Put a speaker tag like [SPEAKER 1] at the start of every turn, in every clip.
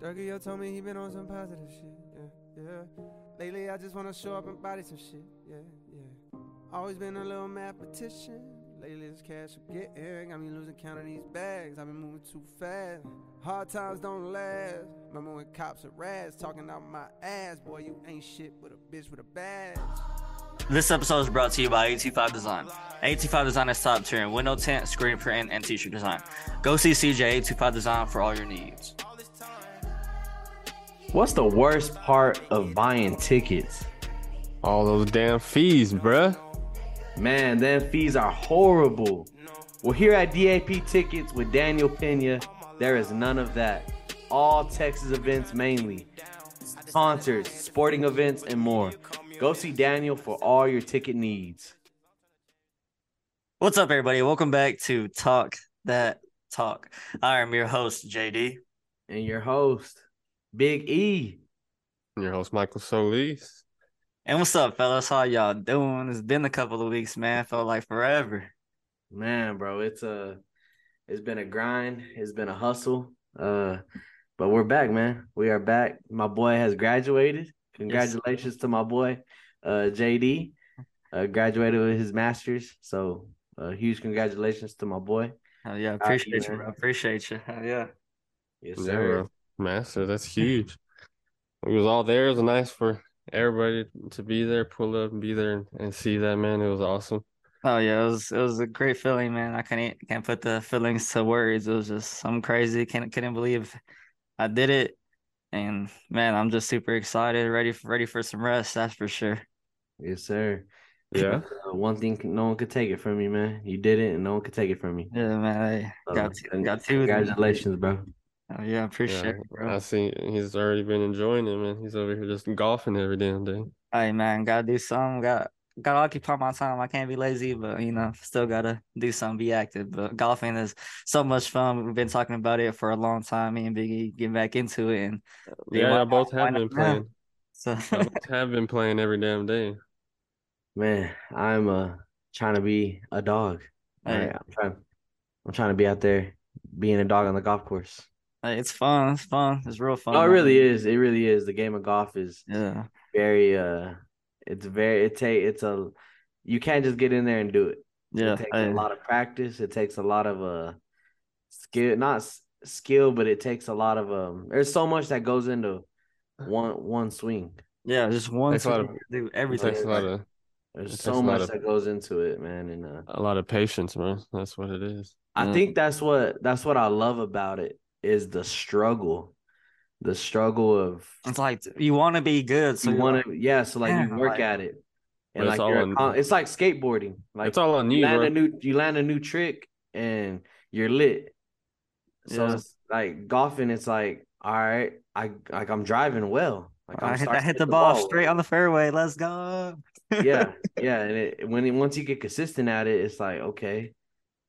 [SPEAKER 1] Dougie, yo told me he been on some positive shit. Yeah, yeah. Lately, I just wanna show up and body some shit. Yeah, yeah. Always been a little mathematician. Lately, this cash I'm getting got me losing count of these bags. I've been moving too fast. Hard times don't last. Remember when cops are rats talking out my ass? Boy, you ain't shit but a bitch with a badge.
[SPEAKER 2] This episode is brought to you by 825 Design. 825 Design is top tier in window tint, screen print, and t-shirt design. Go see CJ 825 Design for all your needs.
[SPEAKER 3] What's the worst part of buying tickets?
[SPEAKER 4] All those damn fees, bruh.
[SPEAKER 3] Man, them fees are horrible. Well, here at DAP Tickets with Daniel Pena, there is none of that. All Texas events mainly concerts, sporting events, and more. Go see Daniel for all your ticket needs.
[SPEAKER 2] What's up, everybody? Welcome back to Talk That Talk. I am your host, JD.
[SPEAKER 3] And your host, Big E.
[SPEAKER 4] Your host, Michael Solis.
[SPEAKER 2] And what's up, fellas? How y'all doing? It's been a couple of weeks, man. Felt like forever.
[SPEAKER 3] Man, bro, it's a it's been a grind. It's been a hustle. Uh but we're back, man. We are back. My boy has graduated. Congratulations to my boy, uh JD. Uh graduated with his masters. So uh huge congratulations to my boy.
[SPEAKER 2] Hell Uh, yeah,
[SPEAKER 3] Proud of you,
[SPEAKER 2] appreciate you,
[SPEAKER 3] man.
[SPEAKER 2] bro. Appreciate you. Hell yeah.
[SPEAKER 3] Yes,
[SPEAKER 4] Yeah,
[SPEAKER 3] sir.
[SPEAKER 4] bro. Master, that's huge. it was all there. It was nice for everybody to be there, pull up, and be there, and, and see that, man. It was awesome.
[SPEAKER 2] Oh yeah, it was it was a great feeling, man. I can't can't put the feelings to words. It was just I'm crazy. Can't couldn't believe I did it. And man, I'm just super excited, ready for ready for some rest, that's for sure.
[SPEAKER 3] Yes, sir.
[SPEAKER 4] Yeah.
[SPEAKER 3] Uh, one thing no one could take it from you, man. You did it and no one could take it from you.
[SPEAKER 2] Yeah, man. I
[SPEAKER 3] So,
[SPEAKER 2] got two,
[SPEAKER 3] con-
[SPEAKER 2] got two. of them.
[SPEAKER 3] Congratulations, bro.
[SPEAKER 2] Oh, yeah, I appreciate
[SPEAKER 4] yeah.
[SPEAKER 2] it, bro.
[SPEAKER 4] I see he's already been enjoying it, man. He's over here just golfing every damn day.
[SPEAKER 2] Hey man, gotta do something. Got gotta occupy my time. I can't be lazy, but you know, still gotta do something, be active. But golfing is so much fun. We've been talking about it for a long time. Me and Biggie getting back into it, and Yeah,
[SPEAKER 4] Yeah,
[SPEAKER 2] why
[SPEAKER 4] I both
[SPEAKER 2] not? Why not
[SPEAKER 4] have been
[SPEAKER 2] now?
[SPEAKER 4] playing.
[SPEAKER 2] so
[SPEAKER 4] I both have been playing every damn day.
[SPEAKER 3] Man, I'm uh trying to be a dog.
[SPEAKER 2] Hey.
[SPEAKER 3] Alright, I'm trying I'm trying to be out there being a dog on the golf course.
[SPEAKER 2] hey, it's fun. It's fun. It's real fun.
[SPEAKER 3] Oh, it really is. It really is. The game of golf is
[SPEAKER 2] Yeah,
[SPEAKER 3] very uh it's very it take it's a you can't just get in there and do it.
[SPEAKER 2] yeah.
[SPEAKER 3] It takes
[SPEAKER 2] hey,
[SPEAKER 3] a lot of practice. It takes a lot of uh skill not s- skill, but it takes a lot of um there's so much that goes into one one swing.
[SPEAKER 2] yeah. Just one.
[SPEAKER 4] Takes a lot
[SPEAKER 2] thing
[SPEAKER 4] of-
[SPEAKER 2] to do
[SPEAKER 4] It
[SPEAKER 2] everything.
[SPEAKER 4] takes a lot of It
[SPEAKER 3] There's
[SPEAKER 4] takes
[SPEAKER 3] so
[SPEAKER 4] a lot
[SPEAKER 3] much
[SPEAKER 4] of-
[SPEAKER 3] that goes into it, man, and uh
[SPEAKER 4] a lot of patience, man. That's what it is.
[SPEAKER 3] I
[SPEAKER 2] Yeah.
[SPEAKER 3] think that's what that's what I love about it is the struggle, the struggle of
[SPEAKER 2] It's like you want to be good, so
[SPEAKER 3] you
[SPEAKER 2] you're
[SPEAKER 3] want
[SPEAKER 2] like,
[SPEAKER 3] to yeah. So like
[SPEAKER 2] Yeah,
[SPEAKER 3] you work
[SPEAKER 2] like-
[SPEAKER 3] at it, and
[SPEAKER 4] But
[SPEAKER 3] like
[SPEAKER 4] it's all
[SPEAKER 3] you're a
[SPEAKER 4] on-
[SPEAKER 3] con- it's like skateboarding. Like
[SPEAKER 4] it's all on
[SPEAKER 3] you
[SPEAKER 4] you,
[SPEAKER 3] land
[SPEAKER 4] bro.
[SPEAKER 3] a new you land a new trick and you're lit. So
[SPEAKER 2] Yeah.
[SPEAKER 3] it's like golfing. It's like all right, I like I'm driving well. Like I'm
[SPEAKER 2] I hit, I
[SPEAKER 3] starting to
[SPEAKER 2] hit the ball,
[SPEAKER 3] well."
[SPEAKER 2] straight on the fairway. Let's go.
[SPEAKER 3] yeah, yeah. And it, when it, once you get consistent at it, it's like okay,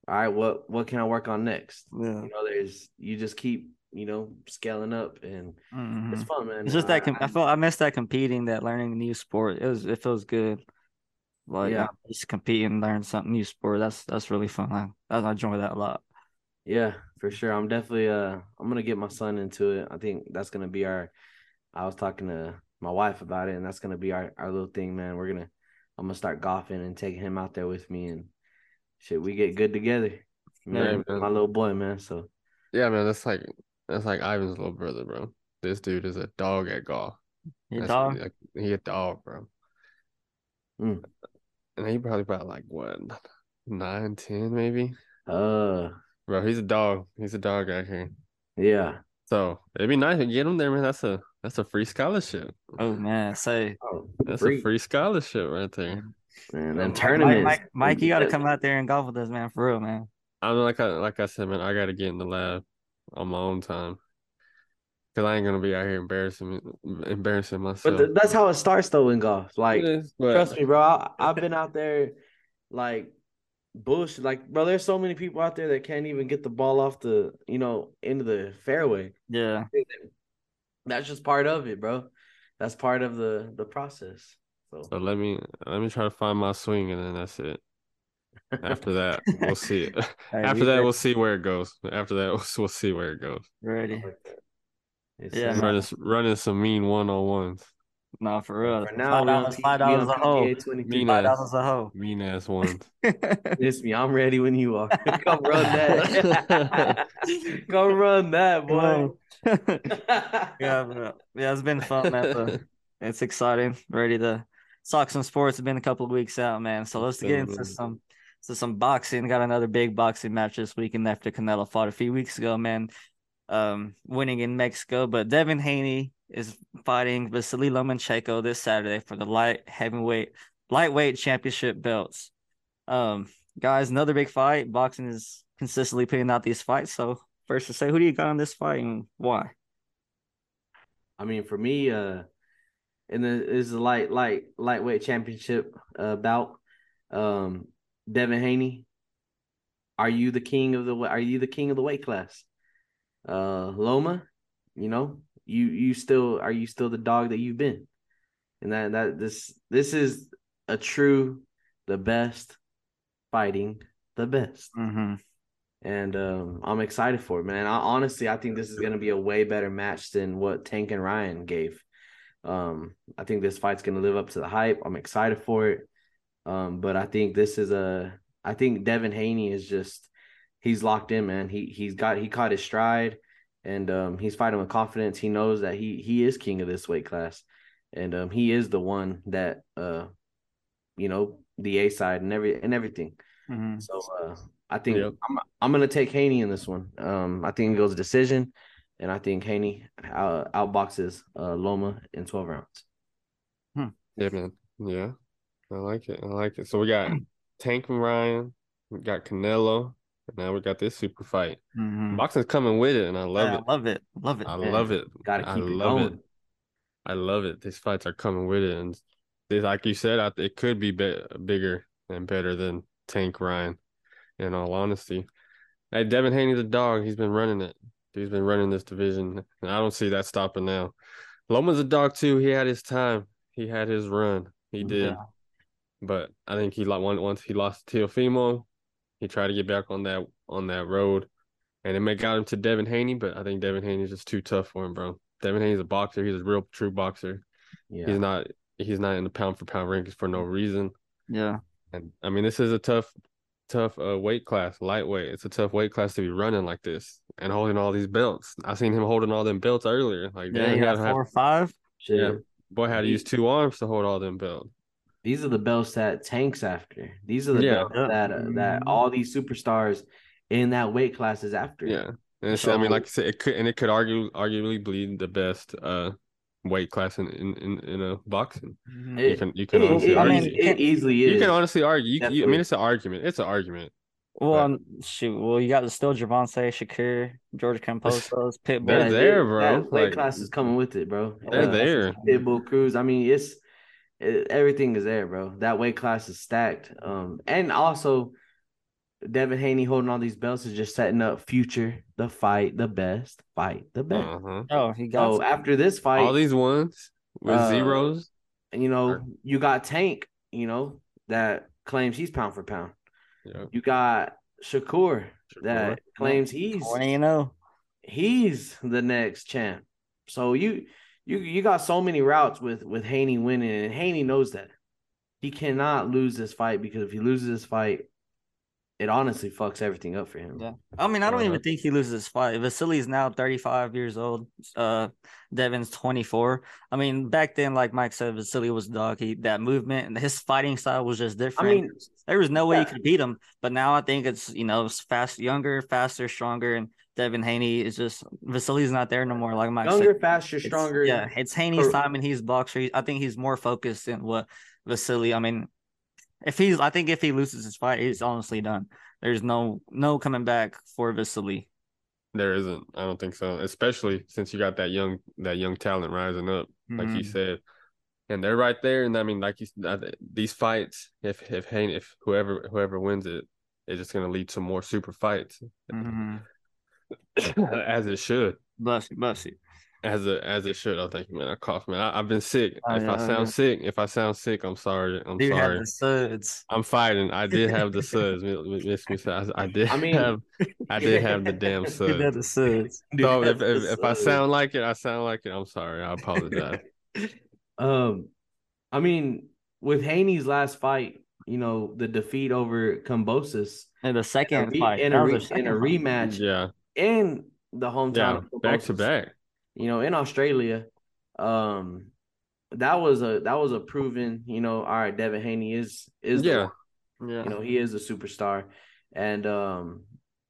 [SPEAKER 3] all right, what what can I work on next?
[SPEAKER 2] Yeah.
[SPEAKER 3] you know there's you just keep you know scaling up and
[SPEAKER 2] Mhm.
[SPEAKER 3] it's fun man
[SPEAKER 2] It's just that com- I
[SPEAKER 3] I-
[SPEAKER 2] felt I missed that competing, that learning a new sport. It was it feels good. Like
[SPEAKER 3] Yeah.
[SPEAKER 2] yeah. just compete and learn something new sport. That's that's really fun. I, I enjoy that a lot.
[SPEAKER 3] yeah for sure i'm definitely uh i'm gonna get my son into it i think that's gonna be our i was talking to my wife about it and that's gonna be our, our little thing man we're gonna i'm gonna start golfing and taking him out there with me and shit we get good together man,
[SPEAKER 4] Yeah, man.
[SPEAKER 3] my little boy man so
[SPEAKER 4] Yeah, man. That's like that's like Ivan's little brother, bro. This dude is a dog at golf.
[SPEAKER 2] You
[SPEAKER 4] That's
[SPEAKER 2] dog?
[SPEAKER 4] Like, he a dog, bro.
[SPEAKER 3] Mm.
[SPEAKER 4] And he probably about like what nine, ten, maybe.
[SPEAKER 3] uh
[SPEAKER 4] Bro, he's a dog. He's a dog out here.
[SPEAKER 3] yeah
[SPEAKER 4] So it'd be nice to get him there, man. That's a that's a free scholarship.
[SPEAKER 2] Oh man, say
[SPEAKER 3] oh,
[SPEAKER 4] That's
[SPEAKER 3] free.
[SPEAKER 4] a free scholarship right there.
[SPEAKER 3] man
[SPEAKER 4] Mike-
[SPEAKER 3] them
[SPEAKER 4] Mike-
[SPEAKER 2] Mike,
[SPEAKER 3] tournaments
[SPEAKER 2] Mike, Mike, you gotta come out there and golf with us, man, for real, man.
[SPEAKER 4] I'm like I like I said, man. I gotta get in the lab on my own time. Cause I ain't gonna be out here embarrassing embarrassing
[SPEAKER 3] but
[SPEAKER 4] myself.
[SPEAKER 3] th- that's how it starts though in golf like
[SPEAKER 4] It is, but-
[SPEAKER 3] Trust me, bro. I, I've been out there like bullshit. Like, bro, there's so many people out there that can't even get the ball off the, you know, into the fairway.
[SPEAKER 2] Yeah.
[SPEAKER 3] That's just part of it, bro. That's part of the the process. So
[SPEAKER 4] So let me let me try to find my swing, and then that's it. After that, we'll see. It.
[SPEAKER 2] Hey,
[SPEAKER 4] After
[SPEAKER 2] we
[SPEAKER 4] that,
[SPEAKER 2] re-
[SPEAKER 4] we'll see where it goes. After that, we'll, we'll see where it goes.
[SPEAKER 2] ready.
[SPEAKER 3] Like that. It's,
[SPEAKER 2] Yeah.
[SPEAKER 3] uh,
[SPEAKER 4] running, running some mean one on ones,
[SPEAKER 2] No, for real.
[SPEAKER 3] For now,
[SPEAKER 2] Five
[SPEAKER 3] we on
[SPEAKER 2] dollars,
[SPEAKER 3] T-
[SPEAKER 2] five
[SPEAKER 3] we on
[SPEAKER 2] dollars a hoe.
[SPEAKER 3] PGA 23.
[SPEAKER 4] Mean
[SPEAKER 2] Five
[SPEAKER 4] ass,
[SPEAKER 2] dollars a hoe.
[SPEAKER 4] mean ass ones.
[SPEAKER 3] Miss me. I'm ready when you are. Come run that. Come run that, boy.
[SPEAKER 2] yeah, but, yeah, it's been fun, man. So it's exciting. Ready to talk some sports. It's been a couple of weeks out, man. So let's
[SPEAKER 4] It's been
[SPEAKER 2] get
[SPEAKER 4] a
[SPEAKER 2] into
[SPEAKER 4] little bit.
[SPEAKER 2] some to some boxing. Got another big boxing match this weekend after Canelo fought a few weeks ago, man. Um, winning in Mexico, but Devin Haney is fighting Vasily Lomachenko this Saturday for the light heavyweight lightweight championship belts. Um, guys, another big fight. Boxing is consistently putting out these fights. So first to say, who do you got on this fight and why?
[SPEAKER 3] I mean, for me, uh, and the is the light, light, lightweight championship uh, bout. Um, Devin Haney, are you the king of the? wa- Are you the king of the weight class? Uh, Loma, you know, you you still are you still the dog that you've been, and that that this this is a true the best fighting the best
[SPEAKER 2] Mm-hmm.
[SPEAKER 3] and um, I'm excited for it, man. I, honestly, I think this is gonna be a way better match than what Tank and Ryan gave. Um, I think this fight's gonna live up to the hype. I'm excited for it, um, but I think this is a. I think Devin Haney is just he's locked in, man. He he's got he caught his stride, and um, he's fighting with confidence. He knows that he he is king of this weight class, and um, he is the one that uh, you know, the A side and every and everything.
[SPEAKER 2] Mm-hmm.
[SPEAKER 3] So uh, I think
[SPEAKER 4] Yep.
[SPEAKER 3] I'm I'm gonna take Haney in this one. Um, I think it goes to decision, and I think Haney out, outboxes uh, Loma in 12 rounds.
[SPEAKER 4] Yeah, man. Yeah. I like it. I like it. So we got Tank and Ryan, we got Canelo, and now we got this super fight. Boxing's coming with it, and I love
[SPEAKER 2] Mm-hmm. yeah,
[SPEAKER 4] it.
[SPEAKER 2] Mm. I love it. Love it.
[SPEAKER 4] I
[SPEAKER 3] man.
[SPEAKER 4] love it.
[SPEAKER 3] Got to keep
[SPEAKER 4] I
[SPEAKER 3] it
[SPEAKER 4] love
[SPEAKER 3] going.
[SPEAKER 4] it. I love it. These fights are coming with it, and this, like you said, I, it could be, be bigger and better than Tank Ryan. In all honesty, hey, Devin Haney's a dog. He's been running it. He's been running this division, and I don't see that stopping now. Loma's a dog too. He had his time. He had his run. He did.
[SPEAKER 2] Yeah.
[SPEAKER 4] But I think he like once once he lost to Teofimo, he tried to get back on that on that road, and it may got him to Devin Haney. But I think Devin Haney's just too tough for him, bro. Devin Haney's a boxer. He's a real true boxer.
[SPEAKER 3] Yeah,
[SPEAKER 4] He's not he's not in the pound for pound rankings for no reason.
[SPEAKER 2] Yeah.
[SPEAKER 4] And I mean, this is a tough, tough uh, weight class, lightweight. It's a tough weight class to be running like this and holding all these belts. I seen him holding all them belts earlier. Like,
[SPEAKER 2] Yeah.
[SPEAKER 4] damn,
[SPEAKER 2] You
[SPEAKER 4] he
[SPEAKER 2] got
[SPEAKER 4] gotta have,
[SPEAKER 2] four or five.
[SPEAKER 3] Shit.
[SPEAKER 4] yeah. boy had to use two arms to hold all them belts.
[SPEAKER 3] These are the belts that tanks after. These are the
[SPEAKER 4] Yeah.
[SPEAKER 3] belts
[SPEAKER 2] Yeah.
[SPEAKER 3] that uh, that all these superstars in that weight class is after.
[SPEAKER 4] Yeah, and it's, I mean,
[SPEAKER 3] So-
[SPEAKER 4] like I said, it could and it could argue arguably bleed the best uh weight class in in in, in uh, boxing.
[SPEAKER 2] Mhm.
[SPEAKER 3] It-
[SPEAKER 4] You can you
[SPEAKER 3] It,
[SPEAKER 4] can honestly
[SPEAKER 3] it-
[SPEAKER 2] I
[SPEAKER 4] argue.
[SPEAKER 2] mean,
[SPEAKER 3] it easily is.
[SPEAKER 4] you can honestly argue. You, you, I
[SPEAKER 3] definitely.
[SPEAKER 4] mean, it's an argument. It's an argument.
[SPEAKER 2] Well, um, shoot. Well, you got still Javante, Shakir, George Camposos,
[SPEAKER 4] They're
[SPEAKER 3] Yeah,
[SPEAKER 2] Pitbull.
[SPEAKER 4] there.
[SPEAKER 3] dude,
[SPEAKER 4] bro.
[SPEAKER 3] That weight
[SPEAKER 4] Like-
[SPEAKER 3] class is coming with it, bro.
[SPEAKER 4] They're
[SPEAKER 2] Yeah.
[SPEAKER 4] there.
[SPEAKER 3] Pitbull Cruz. I mean, it's it, everything is there, bro. That weight class is stacked. Um, and also Devin Haney holding all these belts is just setting up future the fight, the best fight, the best.
[SPEAKER 4] Uh huh.
[SPEAKER 2] Oh, he got.
[SPEAKER 3] So after this fight,
[SPEAKER 4] All these ones with
[SPEAKER 3] Uh,
[SPEAKER 4] zeros.
[SPEAKER 3] you know,
[SPEAKER 4] Sure.
[SPEAKER 3] you got Tank, you know, that claims he's pound for pound.
[SPEAKER 4] Yeah.
[SPEAKER 3] You got Shakur
[SPEAKER 4] Shakur.
[SPEAKER 3] that claims he's
[SPEAKER 2] twenty and oh.
[SPEAKER 3] he's the next champ. So you you you got so many routes with with Haney winning, and Haney knows that he cannot lose this fight because if he loses this fight, it honestly fucks everything up for him.
[SPEAKER 2] Yeah. I mean, I don't
[SPEAKER 4] Uh-huh.
[SPEAKER 2] even think he loses this fight. Vasily is now 35 years old. Uh, Devin's 24. I mean, back then, like Mike said, Vasily was a dog. He that movement and his fighting style was just
[SPEAKER 3] I
[SPEAKER 2] different.
[SPEAKER 3] mean,
[SPEAKER 2] there was no way you
[SPEAKER 3] yeah.
[SPEAKER 2] could beat him. But now I think it's you know it's fast, younger, faster, stronger, and Devin Haney is just Vasily's not there no more. Like Mike said,
[SPEAKER 3] younger, faster,
[SPEAKER 2] It's-
[SPEAKER 3] stronger.
[SPEAKER 2] yeah, it's Haney's
[SPEAKER 3] Or-
[SPEAKER 2] time, and he's boxer. He- I think he's more focused than what Vasily. I mean, if he's, I think if he loses his fight, he's honestly done. There's no no coming back for Vasily.
[SPEAKER 4] There isn't. I don't think so. Especially since you got that young that young talent rising up, like you
[SPEAKER 2] Mhm.
[SPEAKER 4] said, and they're right there. And I mean, like you, s- I th- these fights, if if Haney, if whoever whoever wins it, it's just gonna lead to more super fights,
[SPEAKER 2] Mhm.
[SPEAKER 4] as it should.
[SPEAKER 2] Bless you, bless you.
[SPEAKER 4] as a as it should. I think, man. I cough, man. I, I've been sick.
[SPEAKER 2] Oh,
[SPEAKER 4] if
[SPEAKER 2] yeah,
[SPEAKER 4] I
[SPEAKER 2] oh,
[SPEAKER 4] sound
[SPEAKER 2] yeah.
[SPEAKER 4] sick, if I sound sick, I'm sorry. I'm
[SPEAKER 2] Do you
[SPEAKER 4] sorry.
[SPEAKER 2] have the suds?
[SPEAKER 4] I'm fighting. I did have the suds. Miss me, I, I did.
[SPEAKER 3] I
[SPEAKER 4] I
[SPEAKER 3] mean-
[SPEAKER 4] mean, have, I did have the damn
[SPEAKER 2] You have
[SPEAKER 4] suds.
[SPEAKER 2] the suds.
[SPEAKER 4] So if, if, if I sound like it, I sound like it. I'm sorry. I apologize.
[SPEAKER 3] Um, I mean, with Haney's last fight, you know, the defeat over Cambosis
[SPEAKER 2] And the second
[SPEAKER 3] re-
[SPEAKER 2] fight.
[SPEAKER 3] in
[SPEAKER 2] that
[SPEAKER 3] a,
[SPEAKER 2] was
[SPEAKER 3] re-
[SPEAKER 2] their
[SPEAKER 3] in a
[SPEAKER 2] second fight.
[SPEAKER 3] rematch
[SPEAKER 4] yeah,
[SPEAKER 3] in the hometown
[SPEAKER 4] yeah,
[SPEAKER 3] of
[SPEAKER 4] back to
[SPEAKER 3] Cambosis,
[SPEAKER 4] back.
[SPEAKER 3] You know, in Australia, um, that was a that was a proven. You know, all right, Devin Haney is is the
[SPEAKER 4] Yeah,
[SPEAKER 3] one.
[SPEAKER 4] yeah.
[SPEAKER 3] you know he is a superstar, and um,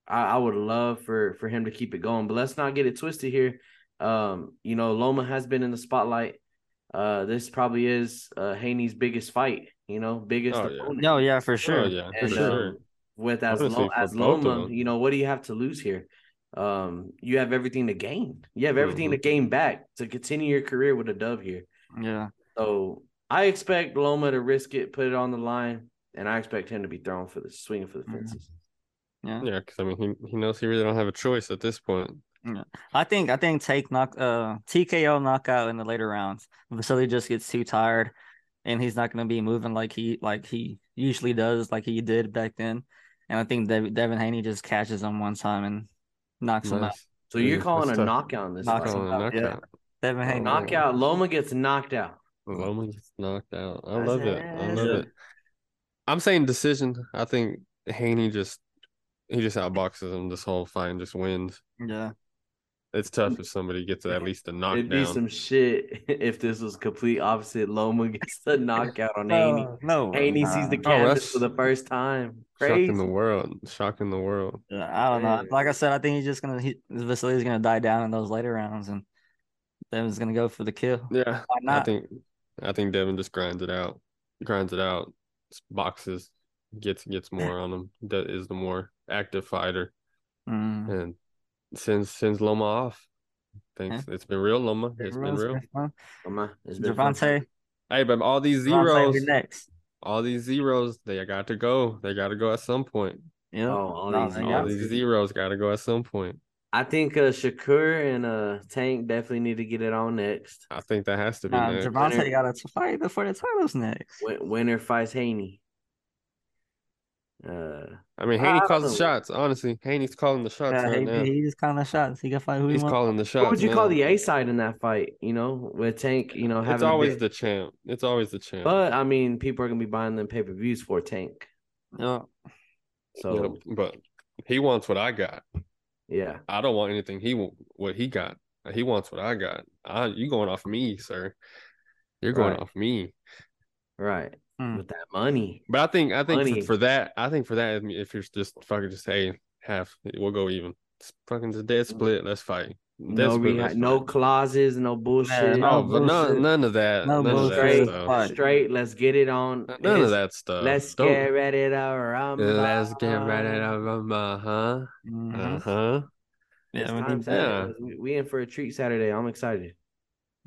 [SPEAKER 3] I, I would love for for him to keep it going. But let's not get it twisted here. Um, you know, Loma has been in the spotlight. Uh, this probably is uh Haney's biggest fight. You know, biggest.
[SPEAKER 4] Oh, yeah.
[SPEAKER 3] opponent.
[SPEAKER 2] No, yeah, for
[SPEAKER 4] Oh,
[SPEAKER 2] sure.
[SPEAKER 4] yeah, for
[SPEAKER 3] And, um,
[SPEAKER 4] sure.
[SPEAKER 3] with as
[SPEAKER 4] Honestly,
[SPEAKER 3] lo-
[SPEAKER 4] for
[SPEAKER 3] as
[SPEAKER 4] both of
[SPEAKER 3] Loma,
[SPEAKER 4] them.
[SPEAKER 3] you know, what do you have to lose here? Um, you have everything to gain. You have everything
[SPEAKER 4] Mhm.
[SPEAKER 3] to gain back to continue your career with a dub here.
[SPEAKER 2] Yeah.
[SPEAKER 3] So I expect Loma to risk it, put it on the line, and I expect him to be thrown for the swinging for the
[SPEAKER 2] Mhm.
[SPEAKER 4] Mm-hmm.
[SPEAKER 3] fences.
[SPEAKER 2] Yeah.
[SPEAKER 4] Yeah, because I mean, he, he knows he really don't have a choice at this point.
[SPEAKER 2] I think I think take knock uh TKO knockout in the later rounds. Vasily just gets too tired and he's not gonna be moving like he like he usually does, like he did back then. And I think Dev- Devin Haney just catches him one time and knocks him out.
[SPEAKER 4] Nice.
[SPEAKER 3] So you're
[SPEAKER 4] Ooh,
[SPEAKER 3] calling
[SPEAKER 4] Mm-hmm. that's
[SPEAKER 3] a
[SPEAKER 4] tough.
[SPEAKER 3] knockout in this
[SPEAKER 2] Knockout.
[SPEAKER 3] fight.
[SPEAKER 4] Calling a
[SPEAKER 2] out, yeah.
[SPEAKER 4] knockout.
[SPEAKER 2] Devin
[SPEAKER 4] Oh,
[SPEAKER 2] Haney.
[SPEAKER 4] knock-
[SPEAKER 3] Knockout. Loma gets knocked out.
[SPEAKER 4] Loma gets knocked out. I
[SPEAKER 3] That's
[SPEAKER 4] love it. I
[SPEAKER 3] it.
[SPEAKER 4] love it. I'm saying decision. I think Haney just he just outboxes him this whole fight and just wins.
[SPEAKER 2] Yeah.
[SPEAKER 4] It's tough if somebody gets at least a
[SPEAKER 3] It'd be
[SPEAKER 4] knockdown.
[SPEAKER 3] some shit if this was complete opposite. Loma gets the knockout on Haney.
[SPEAKER 2] Uh, no.
[SPEAKER 3] Haney
[SPEAKER 2] nah.
[SPEAKER 3] sees the canvas
[SPEAKER 4] Oh, that's-
[SPEAKER 3] for the first time. Crazy.
[SPEAKER 4] Shocking the world. Shocking the world.
[SPEAKER 2] Yeah, I don't know.
[SPEAKER 3] Yeah.
[SPEAKER 2] Like I said, I think he's just gonna he, Vasily's gonna die down in those later rounds and Devin's gonna go for the kill.
[SPEAKER 4] Yeah.
[SPEAKER 2] Why
[SPEAKER 4] I
[SPEAKER 2] not?
[SPEAKER 4] think I think Devin just grinds it out. Grinds it out. Boxes. Gets gets more on him. That is the more active fighter.
[SPEAKER 2] Mm.
[SPEAKER 4] And sends sends Loma off. Thanks. It's been real, Loma. It's been
[SPEAKER 2] Everyone's
[SPEAKER 4] real.
[SPEAKER 2] been fun.
[SPEAKER 3] Come on, it's been fun.
[SPEAKER 2] Javante,
[SPEAKER 4] Hey, but all these
[SPEAKER 2] Javante,
[SPEAKER 4] zeros,
[SPEAKER 2] you're next.
[SPEAKER 4] all these zeros, they got to go. They got to go at some point.
[SPEAKER 2] Yeah.
[SPEAKER 3] Oh, all
[SPEAKER 2] No,
[SPEAKER 3] these
[SPEAKER 2] they
[SPEAKER 4] All
[SPEAKER 2] got
[SPEAKER 3] zeros.
[SPEAKER 4] these zeros got to go at some point.
[SPEAKER 3] I think uh, Shakur and uh, Tank definitely need to get it on next.
[SPEAKER 4] I think that has to be
[SPEAKER 2] Um,
[SPEAKER 4] next.
[SPEAKER 2] Javante
[SPEAKER 3] Leonard-
[SPEAKER 2] got to fight before the title's next.
[SPEAKER 3] Win- Winner fights Haney. Uh,
[SPEAKER 4] I mean,
[SPEAKER 3] I-
[SPEAKER 4] Haney
[SPEAKER 3] I
[SPEAKER 4] calls the
[SPEAKER 3] don't-
[SPEAKER 4] shots. Honestly, Haney's calling the shots
[SPEAKER 2] Yeah,
[SPEAKER 4] right
[SPEAKER 2] he,
[SPEAKER 4] now.
[SPEAKER 2] he's kind of shots. He can fight who he
[SPEAKER 4] He's
[SPEAKER 2] wants.
[SPEAKER 4] calling the shots.
[SPEAKER 3] what would you call
[SPEAKER 4] now.
[SPEAKER 3] the A side in that fight? You know, with Tank, you know, having
[SPEAKER 4] It's
[SPEAKER 3] a
[SPEAKER 4] always
[SPEAKER 3] bit-
[SPEAKER 4] the champ. It's always the champ.
[SPEAKER 3] But I mean, people are gonna be buying them pay per views for Tank.
[SPEAKER 2] Yeah.
[SPEAKER 4] Uh-huh. You
[SPEAKER 3] So
[SPEAKER 4] know, but he wants what I got.
[SPEAKER 3] yeah,
[SPEAKER 4] I don't want anything he wa- what he got. He wants what I got. I, you going off me, sir? You're going
[SPEAKER 3] Right.
[SPEAKER 4] off me.
[SPEAKER 3] right.
[SPEAKER 2] Mm.
[SPEAKER 3] With that money,
[SPEAKER 4] But I think I think
[SPEAKER 3] Money.
[SPEAKER 4] for, for that I think for that if you're just fucking just hey half we'll go even. It's fucking just dead split. Let's fight. Dead
[SPEAKER 3] no,
[SPEAKER 4] split,
[SPEAKER 3] reha-
[SPEAKER 4] let's
[SPEAKER 3] no
[SPEAKER 4] fight.
[SPEAKER 3] clauses, no bullshit.
[SPEAKER 2] no
[SPEAKER 4] Oh, but
[SPEAKER 2] bullshit.
[SPEAKER 4] none none of that.
[SPEAKER 2] No
[SPEAKER 4] none of
[SPEAKER 3] bullshit.
[SPEAKER 4] that stuff.
[SPEAKER 2] Right.
[SPEAKER 3] Straight, let's get it on.
[SPEAKER 4] None
[SPEAKER 3] It's-
[SPEAKER 4] of that stuff.
[SPEAKER 3] Let's
[SPEAKER 4] Don't-
[SPEAKER 3] get ready to rumble.
[SPEAKER 4] Let's get right out of uh huh.
[SPEAKER 2] Mhm.
[SPEAKER 4] Uh huh.
[SPEAKER 3] Mm-hmm. It's
[SPEAKER 2] Yeah, we
[SPEAKER 3] time
[SPEAKER 2] need
[SPEAKER 4] that.
[SPEAKER 3] Saturday. We- We in for a treat Saturday. I'm excited.